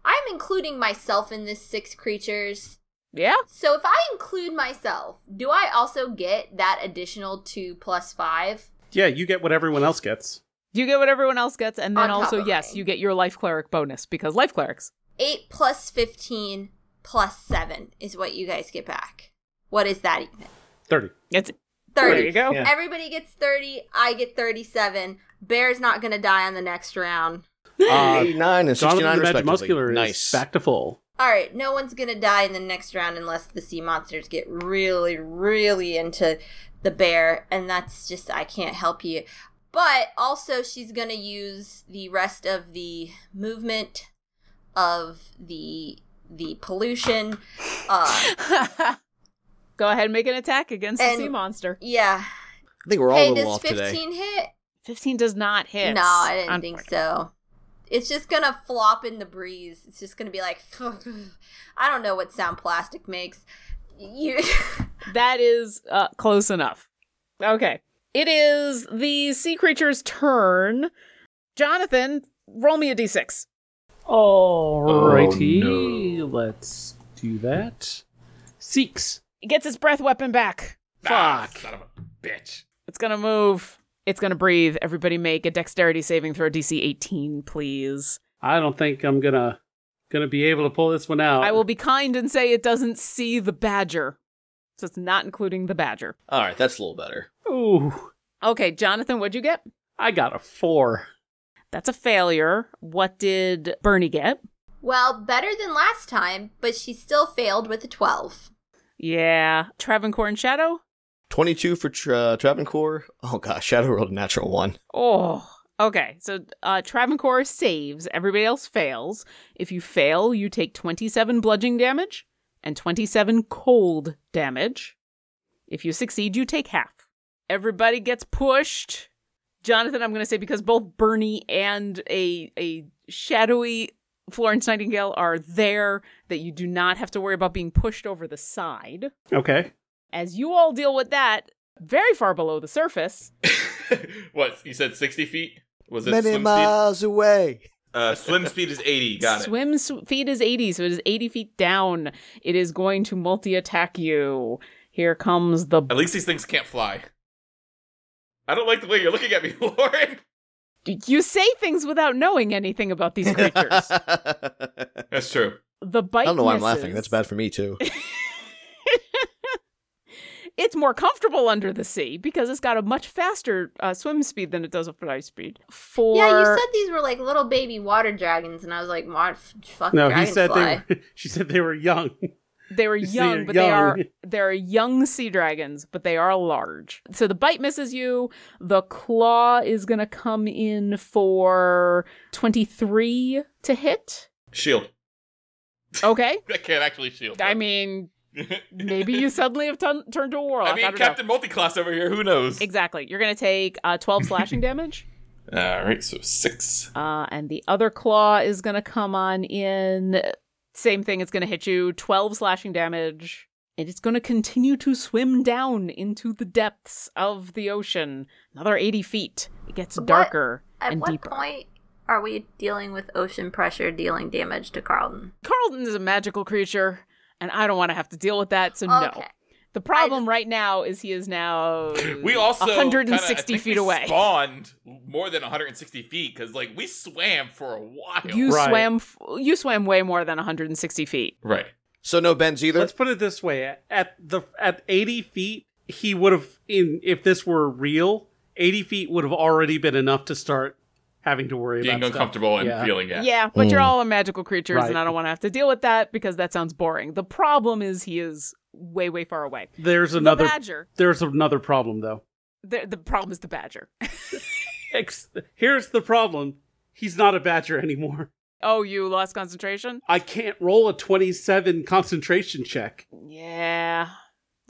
S2: i'm including myself in this six creatures
S1: Yeah.
S2: so if I include myself, do I also get that additional two plus five?
S4: Yeah, you get what everyone else gets.
S1: You get what everyone else gets. And
S2: On
S1: then
S2: top
S1: also,
S2: of
S1: yes,
S2: mine.
S1: you get your life cleric bonus because life clerics.
S2: Eight plus fifteen plus seven is what you guys get back. What is that even?
S4: 30.
S1: It's There
S2: Thirty.
S1: you go.
S4: Yeah.
S2: Everybody gets thirty. I get thirty-seven. Bear's not gonna die on the next round.
S4: Uh,
S5: Eighty nine and sixty
S4: Jonathan the Magic
S5: nine respectively.
S4: Muscular is
S5: nice.
S4: back to full.
S2: All right, no one's gonna die in the next round unless the sea monsters get really, really into the bear, and that's just I can't help you. But also, she's gonna use the rest of the movement of the the pollution. Uh,
S1: go ahead and make an attack against
S2: And-
S1: the sea monster.
S2: yeah.
S5: I think we're all a
S2: hey,
S5: little off
S2: does
S5: today.
S2: fifteen hit?
S1: 15 does not hit.
S2: No, I didn't think so. It's just gonna flop in the breeze. It's just gonna be like, I don't know what sound plastic makes. You.
S1: That is uh, close enough. Okay. It is the sea creature's turn. Jonathan, roll me a d6.
S4: Oh, Alrighty.
S3: no.
S4: Let's do that. Six.
S1: It gets its breath weapon back.
S3: Ah,
S4: Fuck.
S3: son of a bitch.
S1: It's going to move. It's going to breathe. Everybody make a dexterity saving throw DC 18, please.
S4: I don't think I'm gonna gonna be able to pull this one out.
S1: I will be kind and say it doesn't see the badger. So it's not including the badger.
S5: All right, that's a little better.
S4: Ooh,
S1: Okay, Jonathan, what'd you get?
S4: I got a four.
S1: That's a failure. What did Bernie get?
S2: Well, better than last time, but she still failed with a 12.
S1: Yeah. Travancore and Shadow?
S5: Twenty two for tra- Travancore. Oh gosh, Shadow rolled a natural one.
S1: Oh, okay. So uh, Travancore saves. Everybody else fails. If you fail, you take 27 bludgeoning damage and 27 cold damage. If you succeed, you take half. Everybody gets pushed. Jonathan, I'm going to say because both Bernie and a a shadowy Florence Nightingale are there, that you do not have to worry about being pushed over the side.
S4: Okay.
S1: As you all deal with that very far below the surface,
S3: what you said? Sixty feet? Was it
S5: Many
S3: swim
S5: miles away.
S3: speed? Uh, swim speed is eighty. Got it.
S1: Swim s- feet is 80, so it is 80 feet down. It is going to multi attack you. Here comes the.
S3: At least these things can't fly. I don't like the way you're looking at me, Lauren.
S1: You say things without knowing anything about these creatures.
S5: I
S3: That's true.
S1: the bite.
S5: don't know why I'm
S1: misses.
S5: laughing. That's bad for me too.
S1: It's more comfortable under the sea because it's got a much faster uh, swim speed than it does a fly speed. For
S2: Yeah, you said these were like little baby water dragons, and I was like, what? F- fuck
S4: No, he said
S2: dragonfly.
S4: they. Were, she said they were young.
S1: They were
S4: You see,
S1: young,
S4: you're
S1: but they are
S4: young.
S1: they're young sea dragons, but they are large. So the bite misses you. The claw is gonna come in for twenty three to hit.
S3: Shield.
S1: Okay,
S3: I can't actually shield.
S1: I mean maybe you suddenly have tun turned to a warlock.
S3: I mean,
S1: don't know.
S3: Captain Multiclass over here. Who knows?
S1: Exactly. You're gonna take uh, twelve slashing damage.
S3: All right, so six.
S1: Uh, and the other claw is going to come on in. Same thing, it's going to hit you 12 slashing damage. It is going to continue to swim down into the depths of the ocean, another 80 feet. It gets
S2: What-
S1: darker
S2: At
S1: and
S2: what
S1: deeper.
S2: point are we dealing with ocean pressure dealing damage to Carlton?
S1: Carlton is a magical creature, and I don't want to have to deal with that, so no.
S2: Okay.
S1: The problem right now is he is now
S3: We also kinda- I
S1: 160
S3: think
S1: feet
S3: we
S1: away.
S3: Spawned more than 160 feet because like we swam for a while.
S1: You
S4: Right.
S1: swam. f- You swam way more than 160 feet.
S3: right.
S5: So no bends either.
S4: Let's put it this way: at the at eighty feet, he would have in if this were real, eighty feet would have already been enough to start having to worry
S3: Being
S4: about stuff.
S3: uncomfortable and
S4: Yeah.
S3: feeling
S1: Yeah,
S3: it.
S1: but you're
S5: Mm.
S1: all magical creatures, and
S4: Right.
S1: I don't want to have to deal with that because that sounds boring. The problem is he is way, way far away.
S4: There's another
S1: the badger.
S4: there's another problem though.
S1: The, the problem is the badger.
S4: Ex- here's the problem: he's not a badger anymore.
S1: oh, you lost concentration.
S4: I can't roll a twenty-seven concentration check.
S1: Yeah,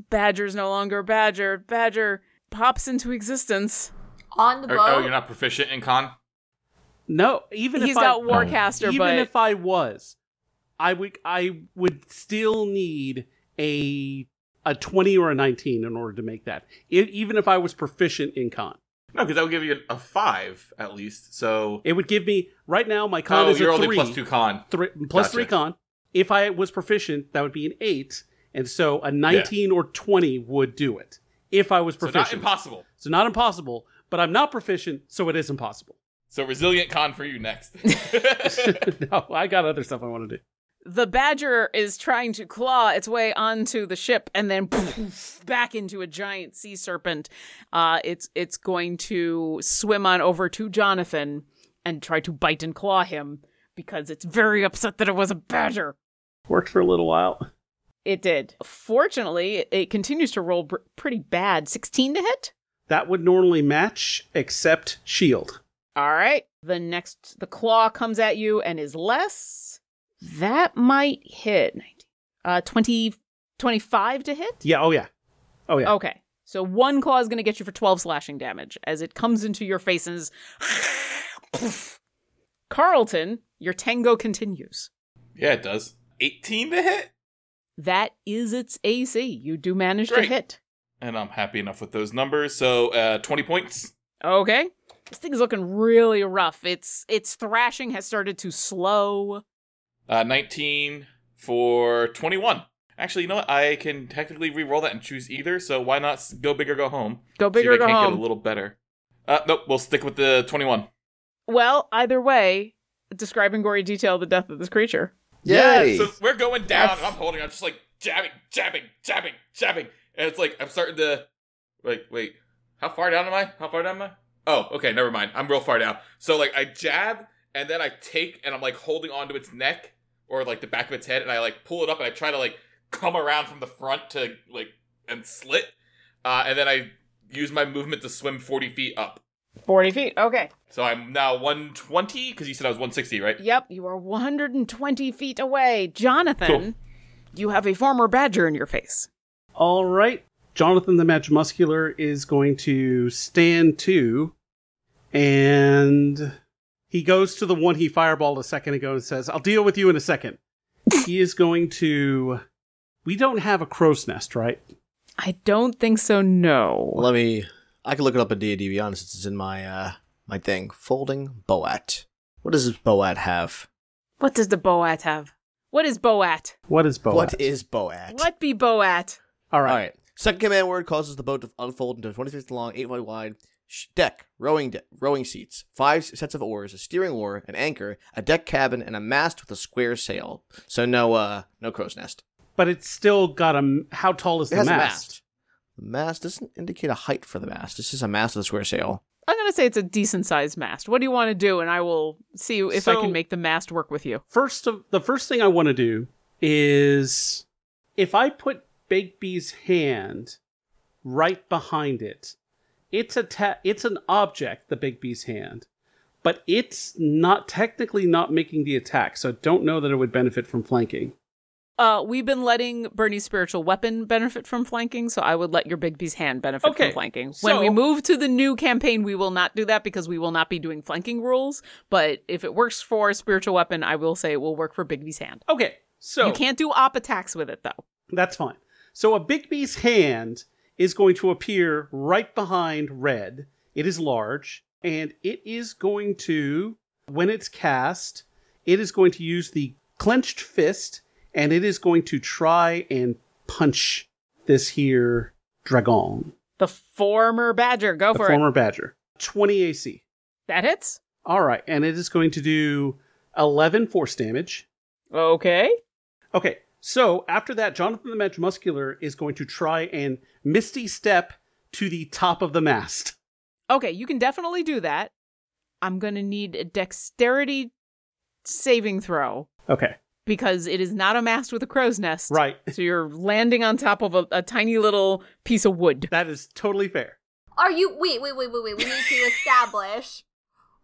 S1: badger's no longer a badger. Badger pops into existence.
S2: On the
S3: Or-
S2: boat.
S3: oh, you're not proficient in con.
S4: No, even
S1: He's
S4: if I,
S1: got warcaster,
S4: even
S1: but
S4: if I was, I would I would still need a a twenty or a nineteen in order to make that. E- even if I was proficient in con,
S3: No, because that would give you a five at least. So
S4: it would give me right now my con
S3: oh,
S4: is
S3: you're
S4: a
S3: only
S4: three,
S3: plus two con.
S4: three- plus
S3: Gotcha.
S4: three con. If I was proficient, that would be an eight, and so a nineteen or twenty would do it. If I was
S3: So not
S4: proficient,
S3: impossible.
S4: so not impossible, but I'm not proficient, so it is impossible.
S3: So resilient con for you next.
S4: no, I got other stuff I want to do.
S1: the badger is trying to claw its way onto the ship and then poof, back into a giant sea serpent. Uh, it's it's going to swim on over to Jonathan and try to bite and claw him because it's very upset that it was a badger.
S4: Worked for a little while.
S1: It did. Fortunately, it- it continues to roll br- pretty bad. 16 to hit?
S4: That would normally match, except shield.
S1: All right. The next, the claw comes at you and is less. That might hit. 19, Uh, 20, 25 to hit?
S4: Yeah. Oh yeah. Oh yeah.
S1: Okay. So one claw is going to get you for 12 slashing damage as it comes into your faces. Poof. Carlton, your tango continues.
S3: yeah, it does. 18 to hit,
S1: That is its AC. You do manage
S3: Great.
S1: to hit.
S3: and I'm happy enough with those numbers. So uh, 20 points.
S1: Okay. This thing's looking really rough. Its its thrashing has started to slow.
S3: Uh, 19 for 21. Actually, you know what? I can technically re-roll that and choose either. So why not s- go big or go home?
S1: Go
S3: See if
S1: bigger,
S3: I
S1: go
S3: can't
S1: home.
S3: Get a little better. Uh, nope. We'll stick with the 21.
S1: well, either way, describe in gory detail the death of this creature.
S5: Yay!
S3: So we're going down,
S1: That's-
S3: and I'm holding. I'm just like jabbing, jabbing, jabbing, jabbing, and it's like I'm starting to like wait. How far down am I? How far down am I? Oh, okay, never mind. I'm real far down. So like I jab, and then I take, and I'm like holding onto its neck or like the back of its head, and I like pull it up, and I try to like come around from the front to like and slit, uh, and then I use my movement to swim 40 feet up.
S1: 40 feet. Okay.
S3: So I'm now 120 because you said I was 160, right?
S1: Yep, you are 120 feet away. Jonathan, you have a former badger in your face.
S4: All right. Jonathan the Match Muscular is going to stand to, and he goes to the one he fireballed a second ago and says, "I'll deal with you in a second. he is going to. We don't have a crow's nest, right?
S1: I don't think so, no.
S5: Let me. I can look it up in D and D Beyond since it's in my uh my thing. Folding boat. What does boat have?
S1: What does the boat have? What is boat?
S4: What is boa?
S5: What is boat?
S1: What be boat?
S4: All
S5: All
S4: right.
S5: right. Second command word causes the boat to unfold into 20 feet long, 8 feet wide. Sh- deck, rowing deck, rowing seats, five sets of oars, a steering oar, an anchor, a deck cabin, and a mast with a square sail. So no, uh, no crow's nest.
S4: But it's still got a. m- How tall is
S5: It
S4: the
S5: has
S4: mast?
S5: a mast. The mast doesn't indicate a height for the mast. It's just a mast with a square sail.
S1: I'm going to say it's a decent sized mast. What do you want to do? And I will see if I
S4: So-
S1: can make the mast work with you.
S4: First of the first thing I want to do is if I put Bake Bee's hand right behind it, it's a ta- it's an object, the Big Bee's hand, but it's not technically not making the attack, so I don't know that it would benefit from flanking.
S1: Uh, we've been letting Bernie's spiritual weapon benefit from flanking, so I would let your Bigby's hand benefit
S4: Okay,
S1: from flanking.
S4: so-
S1: when we move to the new campaign, we will not do that because we will not be doing flanking rules. But if it works for spiritual weapon, I will say it will work for Bigby's hand.
S4: Okay, so
S1: you can't do op attacks with it though.
S4: That's fine. So a Bigby's hand is going to appear right behind red. It is large, and it is going to, when it's cast, it is going to use the clenched fist, and it is going to try and punch this here dragon,
S1: The former Badger. Go
S4: the
S1: for it.
S4: former badger. 20 AC.
S1: That hits.
S4: All right, and it is going to do 11 force damage.
S1: Okay.
S4: Okay, so after that, Jonathan the Med Muscular is going to try and misty step to the top of the mast.
S1: Okay, you can definitely do that. I'm going to need a dexterity saving throw
S4: Okay,
S1: because it is not a mast with a crow's nest.
S4: right.
S1: So you're landing on top of a, a tiny little piece of wood.
S4: That is totally fair.
S2: Are you wait, wait, wait, wait, wait. We need to establish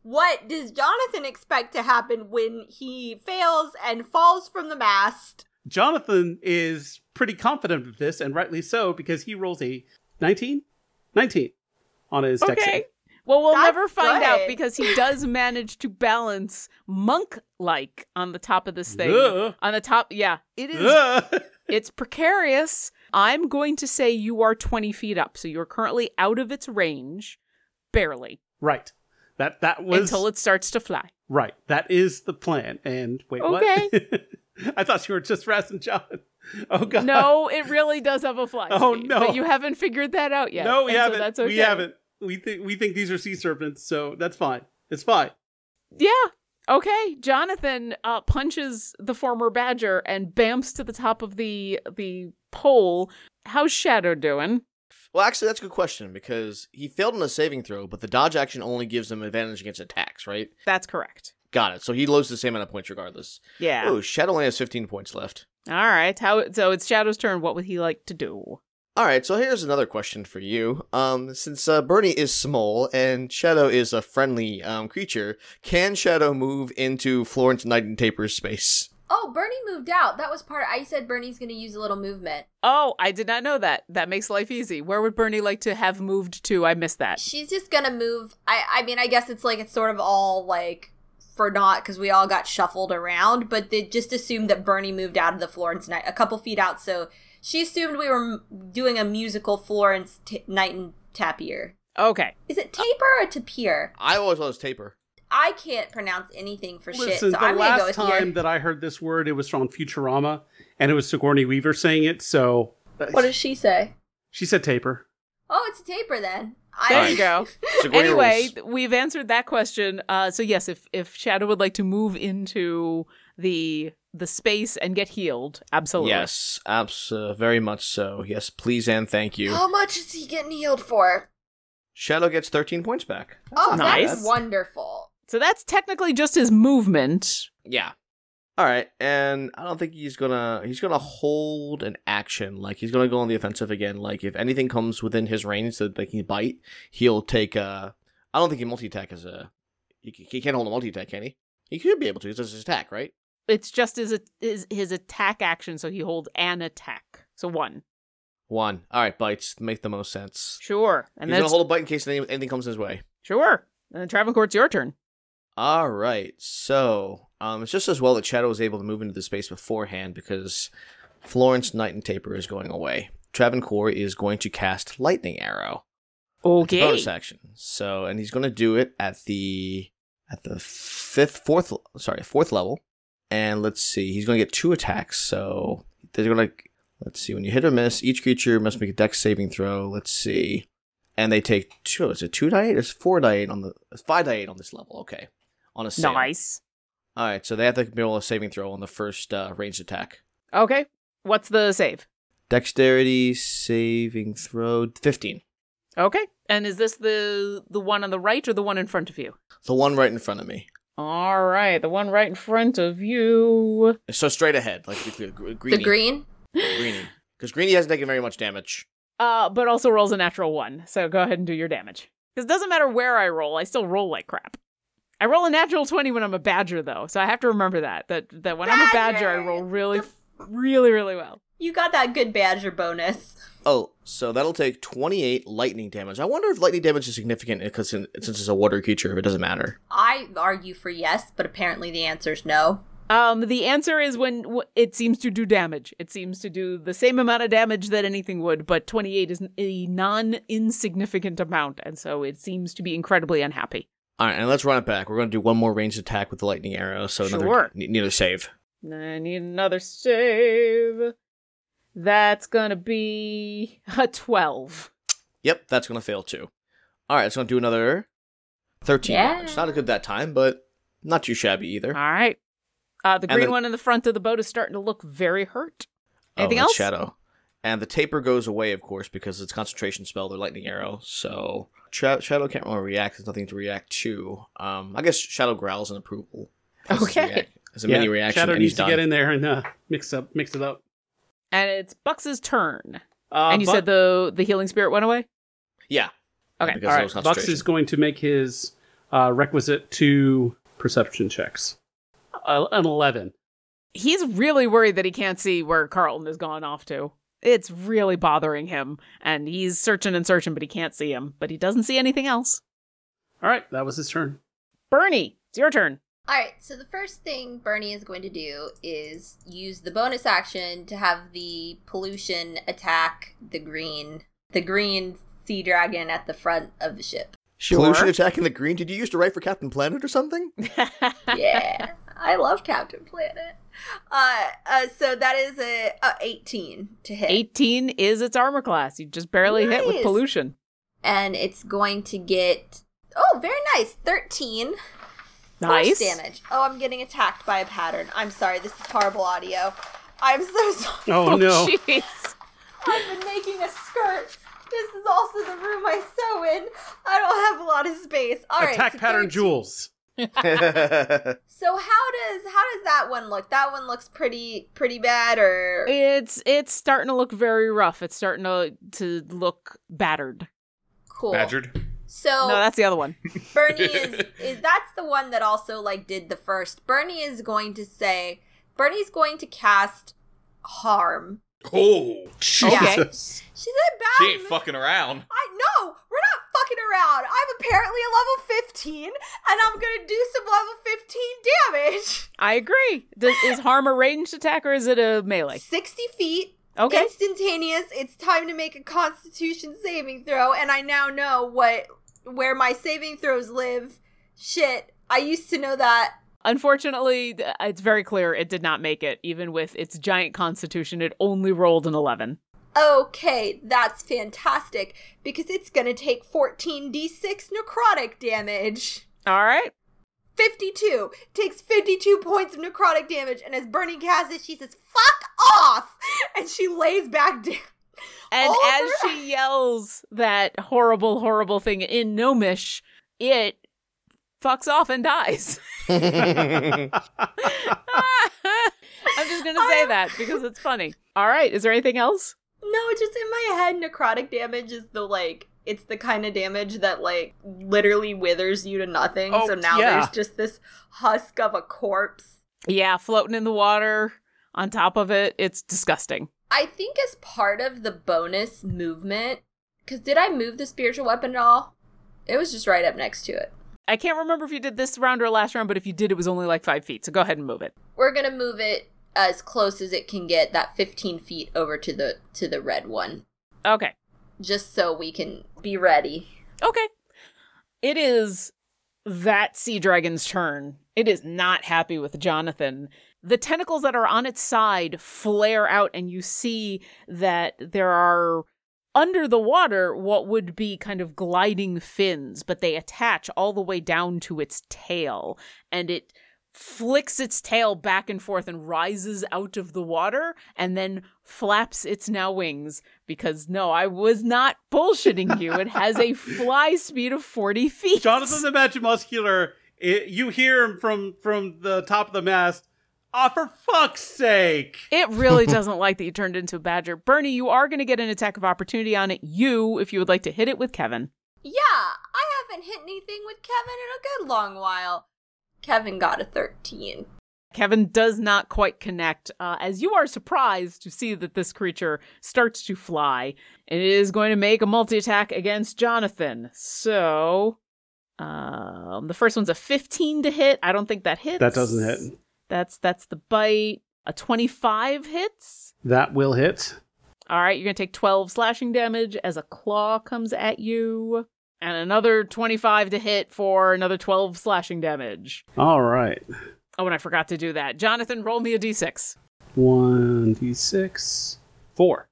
S2: what does Jonathan expect to happen when he fails and falls from the mast?
S4: Jonathan is pretty confident of this, and rightly so, because he rolls a 19? 19 on his dex.
S1: Okay. Well, we'll
S2: That's
S1: never find out
S2: good.
S1: because he does manage to balance monk like on the top of this thing.
S4: Ugh.
S1: On the top, yeah. It is
S4: Ugh.
S1: it's precarious. I'm going to say you are 20 feet up, so you're currently out of its range, barely,
S4: right. That that was
S1: until it starts to fly.
S4: right. That is the plan. And wait, what? I thought you were just razzing John. Oh god.
S1: No, it really does have a fly.
S4: Oh,
S1: speed,
S4: no.
S1: But you haven't figured that out yet.
S4: No, we
S1: and so
S4: haven't.
S1: that's okay.
S4: We haven't. We think we think these are sea serpents, so that's fine. It's fine.
S1: Yeah. Okay. Jonathan uh, punches the former badger and bamps to the top of the the pole. How's Shadow doing?
S5: Well, actually, that's a good question because he failed on a saving throw, but the dodge action only gives him advantage against attacks, right?
S1: That's correct.
S5: Got it. So he loses the same amount of points regardless.
S1: Yeah.
S5: Oh, Shadow only has 15 points left.
S1: All right. How? So it's Shadow's turn. What would he like to do?
S5: All right, so here's another question for you. Um, since uh, Bernie is small and Shadow is a friendly um, creature, can Shadow move into Florence Night and Taper's space?
S2: Oh, Bernie moved out. That was part I said Bernie's gonna use a little movement.
S1: Oh, I did not know that. That makes life easy. Where would Bernie like to have moved to? I missed that.
S2: She's just gonna move. I I mean, I guess it's like it's sort of all like for naught because we all got shuffled around. But they just assumed that Bernie moved out of the Florence night a couple feet out, so she assumed we were m- doing a musical Florence t- night and tapir.
S1: Okay.
S2: Is it
S4: Uh,
S2: taper or tapir?
S5: I always thought it was Taper.
S2: I can't pronounce anything for Oh, shit,
S4: Listen,
S2: so
S4: the
S2: I'm gonna go
S4: last
S2: with
S4: time
S2: your.
S4: that I heard this word, it was from Futurama, and it was Sigourney Weaver saying it. So
S2: What does she say?
S4: she said taper.
S2: Oh, it's a taper then.
S1: There
S2: I,
S1: you go.
S5: Sigourney
S1: anyway,
S5: rules.
S1: th- we've answered that question. Uh, so yes, if if Shadow would like to move into the the space and get healed, absolutely.
S5: Yes, abs- uh, very much so. Yes, please and thank you.
S2: How much is he getting healed for?
S5: Shadow gets 13 points back.
S2: oh,
S1: not bad.
S2: that's wonderful.
S1: So that's technically just his movement.
S5: Yeah. All right, and I don't think he's gonna he's gonna hold an action like he's gonna go on the offensive again. Like if anything comes within his range that they can bite, he'll take. Uh, I don't think he multi attack is a. He, c- he can't hold a multi attack, can he? He could be able to. It's just his attack, right?
S1: It's just his his his attack action. So he holds an attack. So one.
S5: One. All right, bites make the most sense.
S1: Sure. And
S5: And he's gonna
S1: that's
S5: hold a bite in case any- anything comes his way.
S1: sure. And then Travancore's your turn.
S5: All right, so um, it's just as well that Shadow was able to move into the space beforehand because Florence Knight and Taper is going away. Travancore is going to cast Lightning Arrow. It's a bonus action. So, and he's going to do it at the at the fifth, fourth, sorry, fourth level. And let's see, he's going to get two attacks. So they're going to let's see, when you hit or miss, each creature must make a dex saving throw. Let's see, and they take two. Is it two die eight? It's four die eight on the it's five die eight on this level. Okay, on a save.
S1: Nice.
S5: All right, so they have to roll a saving throw on the first uh, ranged attack.
S1: Okay. What's the save?
S5: Dexterity saving throw fifteen.
S1: Okay. And is this the the one on the right or the one in front of you?
S5: The one right in front of me.
S1: All right, the one right in front of you.
S5: So straight ahead, like to be clear, gr-
S2: The
S5: greenie.
S2: green.
S5: Greenie. Because Greenie hasn't taken very much damage.
S1: Uh, but also rolls a natural one. So go ahead and do your damage. Because it doesn't matter where I roll, I still roll like crap. I roll a natural twenty when I'm a badger, though, so I have to remember that. That that when I'm a badger, I roll really, really, really well.
S2: You got that good badger bonus.
S5: Oh, so that'll take 28 lightning damage. I wonder if lightning damage is significant because since it's a water creature, if it doesn't matter.
S2: I argue for yes, but apparently the answer's no.
S1: Um, the answer is when w- it seems to do damage. It seems to do the same amount of damage that anything would, but 28 is n- a non insignificant amount, and so it seems to be incredibly unhappy.
S5: All right, and let's run it back. We're going to do one more ranged attack with the lightning arrow, so another
S1: Sure.
S5: ne- neither save.
S1: I need another save. That's gonna be a 12.
S5: Yep, that's going to fail too. All right, it's going to do another 13
S2: Yeah.
S5: damage. Not as good that time, but not too shabby either.
S1: All right. Uh, the
S5: And
S1: green
S5: the-
S1: one in the front of the boat is starting to look very hurt. Anything
S5: that's
S1: else?
S5: Oh, Shadow. And the taper goes away, of course, because it's a concentration spell, the lightning arrow. So Sha- Shadow can't really react. There's nothing to react to. Um, I guess Shadow growls in approval. as his
S1: Okay.
S5: reac- As a mini reaction,
S4: Shadow
S5: and
S4: needs
S5: he's
S4: to
S5: done.
S4: get in there and uh, mix up, mix it up.
S1: And it's Bucks' turn.
S4: Uh,
S1: and you
S4: Buck-
S1: said the the healing spirit went away?
S5: Yeah.
S1: Okay.
S4: all
S5: Because that
S4: right,
S5: was
S4: Bucks
S5: concentration.
S4: is going to make his uh, requisite two perception checks. Uh, an eleven.
S1: He's really worried that he can't see where Carlton has gone off to. It's really bothering him. And he's searching and searching, but he can't see him. But he doesn't see anything else.
S4: All right, that was his turn.
S1: Bernie, it's your turn.
S2: All right, so the first thing Bernie is going to do is use the bonus action to have the pollution attack the green the green sea dragon at the front of the ship.
S5: Pollution attacking the green. Did you used to write for Captain Planet or something?
S2: Yeah. I love Captain Planet. Uh, uh so that is a, a 18 to hit.
S1: 18 is its armor class. You just barely hit with
S2: Nice.
S1: pollution.
S2: And it's going to get Oh, very nice. 13 force
S1: Nice.
S2: damage. Oh, I'm getting attacked by a pattern. I'm sorry. This is horrible audio. I'm so sorry.
S4: Oh, no!
S1: Jeez.
S2: I've been making a skirt. This is also the room I sew in. I don't have a lot of space. All right,
S4: Attack
S2: so
S4: pattern
S2: 13.
S4: jewels.
S2: So how does how does that one look? That one looks pretty pretty bad, or
S1: It's it's starting to look very rough. It's starting to to look battered.
S2: cool.
S3: Badgered.
S2: So
S1: No, that's the other one.
S2: Bernie is is that's the one that also like did the first. Bernie is going to say Bernie's going to cast harm.
S3: Oh,
S4: Jesus.
S2: She's a bad.
S3: she ain't
S2: mood.
S3: fucking around.
S2: I know we're not fucking around. I'm apparently a level 15, and I'm gonna do some level 15 damage.
S1: I agree. Does, is harm a ranged attack or is it a melee?
S2: 60 feet,
S1: Okay.
S2: instantaneous. It's time to make a Constitution saving throw, and I now know what where my saving throws live. Shit, I used to know that.
S1: Unfortunately, th- it's very clear it did not make it. Even with its giant constitution, it only rolled an 11.
S2: Okay, that's fantastic because it's gonna take 14d6 necrotic damage.
S1: All right.
S2: 52 takes 52 points of necrotic damage, and as Bernie casts it, she says, "Fuck off!" and she lays back down.
S1: And
S2: All
S1: as
S2: over-
S1: she yells that horrible, horrible thing in Gnomish, it fucks off and dies. I'm just going to say
S2: I'm-
S1: that because it's funny. All right. Is there anything else?
S2: No, just in my head, necrotic damage is the like it's the kind of damage that like literally withers you to nothing.
S4: Oh,
S2: so now
S4: yeah.
S2: there's just this husk of a corpse.
S1: Yeah, floating in the water on top of it. It's disgusting.
S2: I think as part of the bonus movement, because did I move the spiritual weapon at all? It was just right up next to it.
S1: I can't remember if you did this round or last round, but if you did, it was only like five feet. So go ahead and move it.
S2: We're gonna move it as close as it can get, that 15 feet over to the to the red one,
S1: Okay.
S2: just so we can be ready.
S1: Okay. It is that sea dragon's turn. It is not happy with Jonathan. The tentacles that are on its side flare out, and you see that there are under the water what would be kind of gliding fins, but they attach all the way down to its tail, and it flicks its tail back and forth and rises out of the water and then flaps its now wings because no, I was not bullshitting you. It has a fly speed of 40 feet.
S4: Jonathan the Magic Muscular, i you hear him from from the top of the mast. Ah, for fuck's sake!
S1: It really doesn't like that you turned into a badger. Bernie, you are going to get an attack of opportunity on it. You, if you would like to hit it with Kevin.
S2: Yeah, I haven't hit anything with Kevin in a good long while. Kevin got a 13.
S1: Kevin does not quite connect, uh, as you are surprised to see that this creature starts to fly. It is going to make a multi attack against Jonathan. So, um, the first one's a 15 to hit. I don't think that hits.
S4: That doesn't hit.
S1: That's that's the bite. A 25 hits.
S4: That will hit.
S1: All right, you're going to take 12 slashing damage as a claw comes at you and another 25 to hit for another 12 slashing damage.
S4: All right.
S1: Oh, and I forgot to do that. Jonathan, roll me a d6.
S4: 1d6. 4.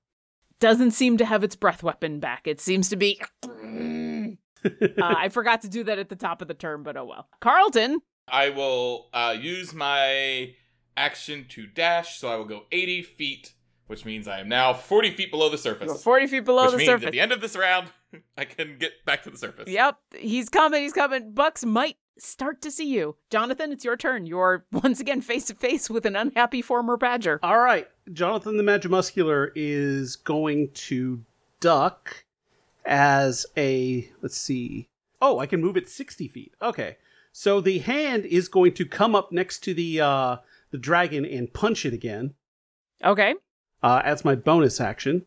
S1: Doesn't seem to have its breath weapon back. It seems to be Uh, I forgot to do that at the top of the term, but oh well. Carlton,
S3: I will uh, use my action to dash, so I will go 80 feet, which means I am now 40 feet below the
S1: you're
S3: surface.
S1: 40 feet below
S3: which
S1: the
S3: means
S1: surface.
S3: at the end of this round, I can get back to the surface.
S1: Yep, he's coming, he's coming. Bucks might start to see you. Jonathan, it's your turn. You're once again face to face with an unhappy former badger.
S4: All right. Jonathan the Magimuscular is going to duck as a. Let's see. Oh, I can move it 60 feet. Okay. So the hand is going to come up next to the uh, the dragon and punch it again
S1: Okay.
S4: uh, as my bonus action.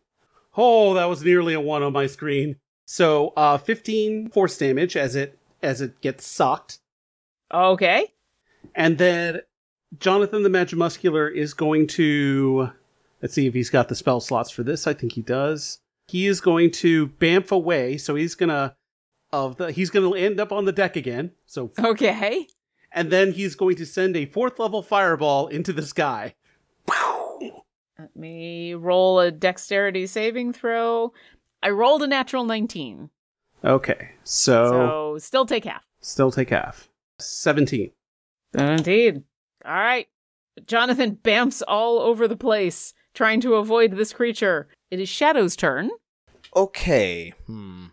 S4: Oh, that was nearly a one on my screen. So uh, 15 force damage as it as it gets socked.
S1: Okay.
S4: And then Jonathan the Magimuscular is going to. Let's see if he's got the spell slots for this. I think he does. He is going to bamf away, so he's gonna of the he's gonna end up on the deck again. So
S1: Okay.
S4: and then he's going to send a fourth level fireball into the sky.
S1: Let me roll a dexterity saving throw. I rolled a natural 19.
S4: Okay, so
S5: Oh.
S1: So still take half.
S4: still take half. Seventeen.
S1: Indeed. All right. Jonathan bamps all over the place, trying to avoid this creature. It is Shadow's turn.
S5: Okay. Hmm.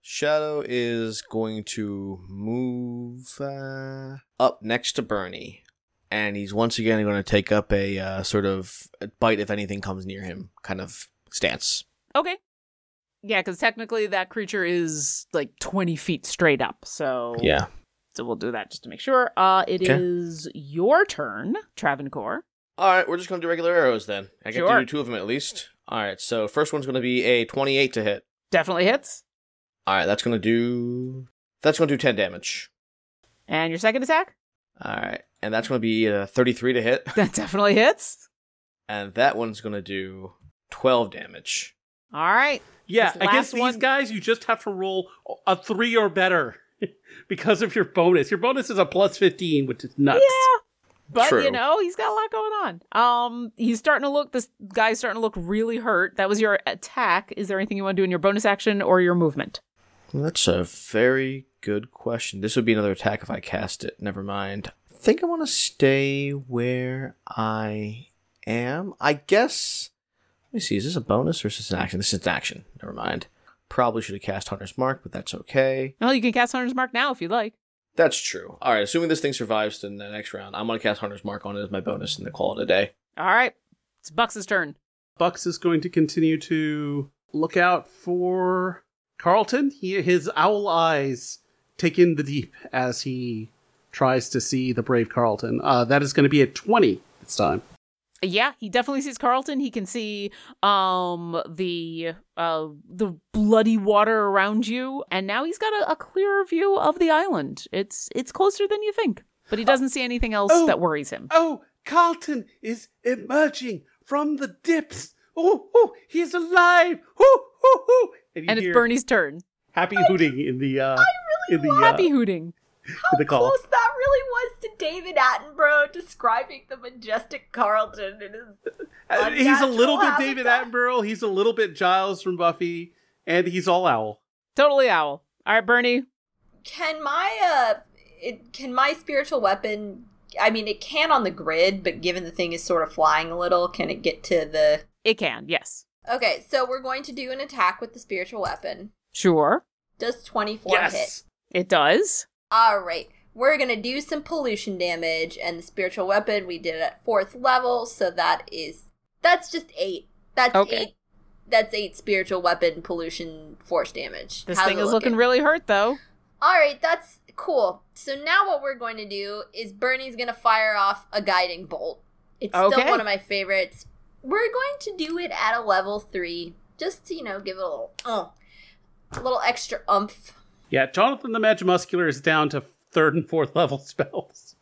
S5: Shadow is going to move uh, up next to Bernie, and he's once again going to take up a uh, sort of bite if anything comes near him kind of stance.
S1: Okay. Yeah, because technically that creature is like 20 feet straight up. So
S5: Yeah.
S1: so we'll do that just to make sure. Uh, it is
S5: Okay.
S1: your turn, Travancore.
S5: All right, we're just going to do regular arrows then. I get
S1: Sure.
S5: to do two of them at least. All right, so first one's going to be a twenty-eight to hit.
S1: Definitely hits.
S5: All right, that's going to do that's going to do ten damage.
S1: And your second attack?
S5: All right, and that's going to be uh, thirty-three to hit,
S1: That definitely hits.
S5: and that one's going to do twelve damage.
S1: All right.
S4: Yeah,
S1: This
S4: I guess
S1: last
S4: these
S1: one-
S4: guys you just have to roll a three or better because of your bonus. Your bonus is a plus fifteen, which is nuts.
S1: Yeah. But
S5: True.
S1: you know, he's got a lot going on. Um, he's starting to look this guy's starting to look really hurt. That was your attack. Is there anything you want to do in your bonus action or your movement?
S5: Well, That's a very good question. This would be another attack if I cast it. Never mind. I think I want to stay where I am. I guess. Let me see. Is this a bonus or is this an action? This is an action. Never mind. Probably should have cast Hunter's Mark, but that's okay.
S1: Well, you can cast Hunter's Mark now if you'd like.
S5: That's true. All right. Assuming this thing survives to the next round, I'm gonna cast Hunter's Mark on it as my bonus and then call it a day.
S1: All right. It's Bucks' turn.
S4: Bucks is going to continue to look out for Carlton. He, his owl eyes take in the deep as he tries to see the brave Carlton. Uh, that is going to be at 20 this time.
S1: Yeah, he definitely sees Carlton. He can see um the uh the bloody water around you, and now he's got a, a clearer view of the island. It's it's closer than you think, but he doesn't see anything else
S4: Uh, Oh.
S1: that worries him.
S4: Oh, Carlton is emerging from the depths. Oh, oh, he's alive. Hoo, hoo, hoo. you
S1: and it's
S4: hear
S1: Bernie's turn.
S4: Happy hooting in the uh, in the uh,
S1: Happy hooting.
S4: in the call.
S2: Close that really was to David Attenborough describing the majestic Carlton in his
S4: Uh, he's a little bit
S2: Unnatural
S4: David
S2: habitat.
S4: Attenborough. He's a little bit Giles from Buffy, and he's all owl.
S1: Totally owl. All right, Bernie.
S2: Can my uh, it, can my spiritual weapon? I mean, it can on the grid, but given the thing is sort of flying a little, can it get to the?
S1: It can. Yes.
S2: Okay, so we're going to do an attack with the spiritual weapon.
S1: Sure.
S2: Does twenty four hit?
S1: It does.
S2: All right, we're gonna do some pollution damage, and the spiritual weapon we did at fourth level, so that is that's just eight. That's
S1: Okay.
S2: eight. That's eight spiritual weapon pollution force damage.
S1: This
S2: How's
S1: thing
S2: it
S1: is looking really hurt, though.
S2: All right, that's cool. So now what we're going to do is Bernie's going to fire off a guiding bolt. It's
S1: Okay.
S2: still one of my favorites. We're going to do it at a level three, just to you know give it a little, oh, a little extra umph.
S4: Yeah, Jonathan the Magimuscular is down to third and fourth level spells.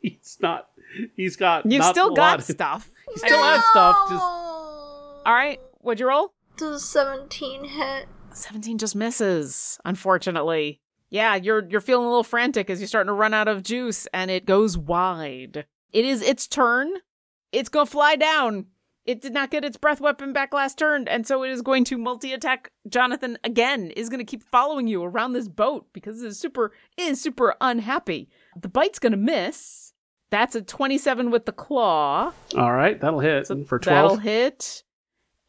S4: he's not He's got.
S1: You've
S4: not
S1: still
S4: a
S1: got
S4: lot.
S1: stuff.
S4: He still has stuff. Just
S1: All right, what'd you roll?
S2: Does a 17 hit?
S1: 17 just misses, unfortunately. Yeah, you're you're feeling a little frantic as you're starting to run out of juice and it goes wide. It is its turn. It's going to fly down. It did not get its breath weapon back last turn, and so it is going to multi-attack Jonathan again. Is going to keep following you around this boat because it is super it is super unhappy. The bite's going to miss. That's a 27 with the claw.
S4: All right, that'll hit
S1: So
S4: for
S1: that'll
S4: 12.
S1: hit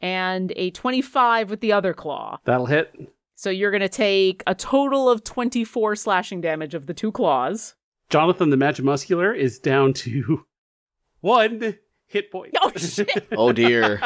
S1: and a 25 with the other claw.
S4: That'll hit.
S1: So you're going to take a total of 24 slashing damage of the two claws.
S4: Jonathan the Magimuscular is down to one hit point.
S1: Oh, shit.
S5: Oh dear.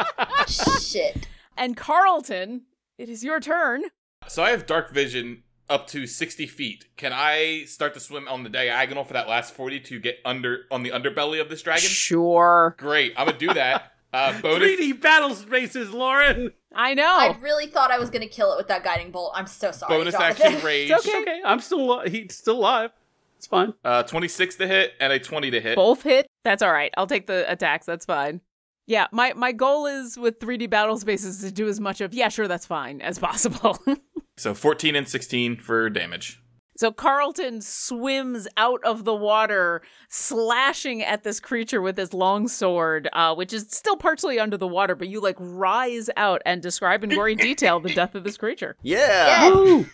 S2: Shit.
S1: And Carlton, it is your turn.
S3: So I have dark vision up to 60 feet. Can I start to swim on the diagonal for that last 40 to get under on the underbelly of this dragon?
S1: Sure.
S3: Great. I'm gonna do that. Uh, bonus.
S4: 3D battle spaces, Lauren.
S1: I
S2: I
S1: know.
S2: really thought I was going to kill it with that guiding bolt. I'm so sorry.
S3: bonus
S2: Jonathan.
S3: action rage.
S1: It's okay.
S4: It's okay. I'm still al- he's still alive. It's fine.
S3: Uh, 26 to hit and a 20 to hit.
S1: Both hit. That's all right. I'll take the attacks. That's fine. Yeah, my, my goal is with 3D battle spaces to do as much of, yeah, sure, that's fine, as possible.
S3: So 14 and 16 for damage.
S1: So Carlton swims out of the water, slashing at this creature with his long sword, uh, which is still partially under the water, but you like rise out and describe in gory detail the death of this creature.
S5: Yeah.
S4: Woo!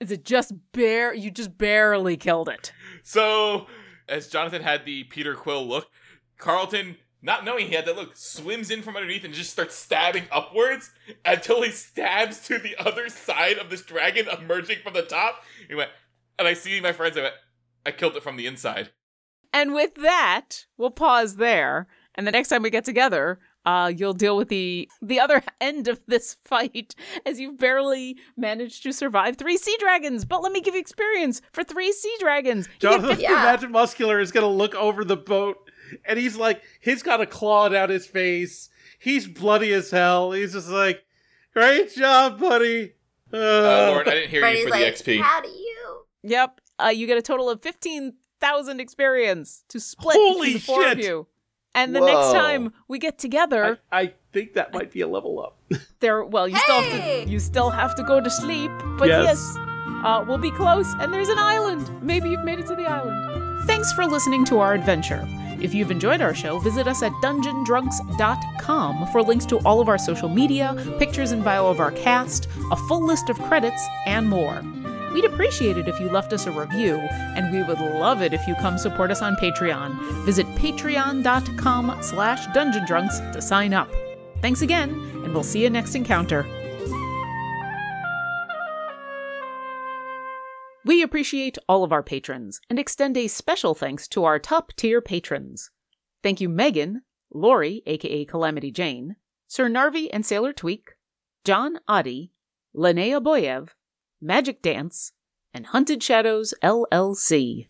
S1: Is it just bare? You just barely killed it.
S3: So as Jonathan had the Peter Quill look, Carlton, not knowing he had that look, swims in from underneath and just starts stabbing upwards until he stabs to the other side of this dragon emerging from the top. He went, and I see my friends. I went, I killed it from the inside.
S1: And with that, we'll pause there. And the next time we get together, uh, you'll deal with the the other end of this fight as you've barely managed to survive three sea dragons. But let me give you experience for three sea dragons. You get
S4: Jonathan
S2: Yeah.
S4: the Magimuscular is gonna look over the boat, and he's like, he's got a claw down his face. He's bloody as hell. He's just like, great job, buddy. Uh,
S3: Uh, Lauren, I didn't hear
S2: But
S3: you
S2: he's
S3: for
S2: like,
S3: the XP.
S2: how do you?
S1: Yep. Uh, you get a total of 15,000 experience to split
S4: Holy
S1: between the four of
S4: shit.
S1: you. And the
S5: Whoa.
S1: next time we get together,
S4: I, I think that might be a level up.
S1: there well, you still have
S2: Hey!
S1: to you still have to go to sleep, but yes,
S4: Yes.
S1: uh, we'll be close and there's an island. Maybe you've made it to the island. Thanks for listening to our adventure. If you've enjoyed our show, visit us at dungeondrunks.com for links to all of our social media, pictures and bio of our cast, a full list of credits, and more. We'd appreciate it if you left us a review, and we would love it if you come support us on Patreon. Visit patreon.com slash dungeon drunks to sign up. Thanks again, and we'll see you next encounter. We appreciate all of our patrons and extend a special thanks to our top tier patrons. Thank you, Megan, Lori, aka Calamity Jane, Sir Narvi and Sailor Tweak, John Oddy, Linnea Boyev, Magic Dance, and Hunted Shadows LLC.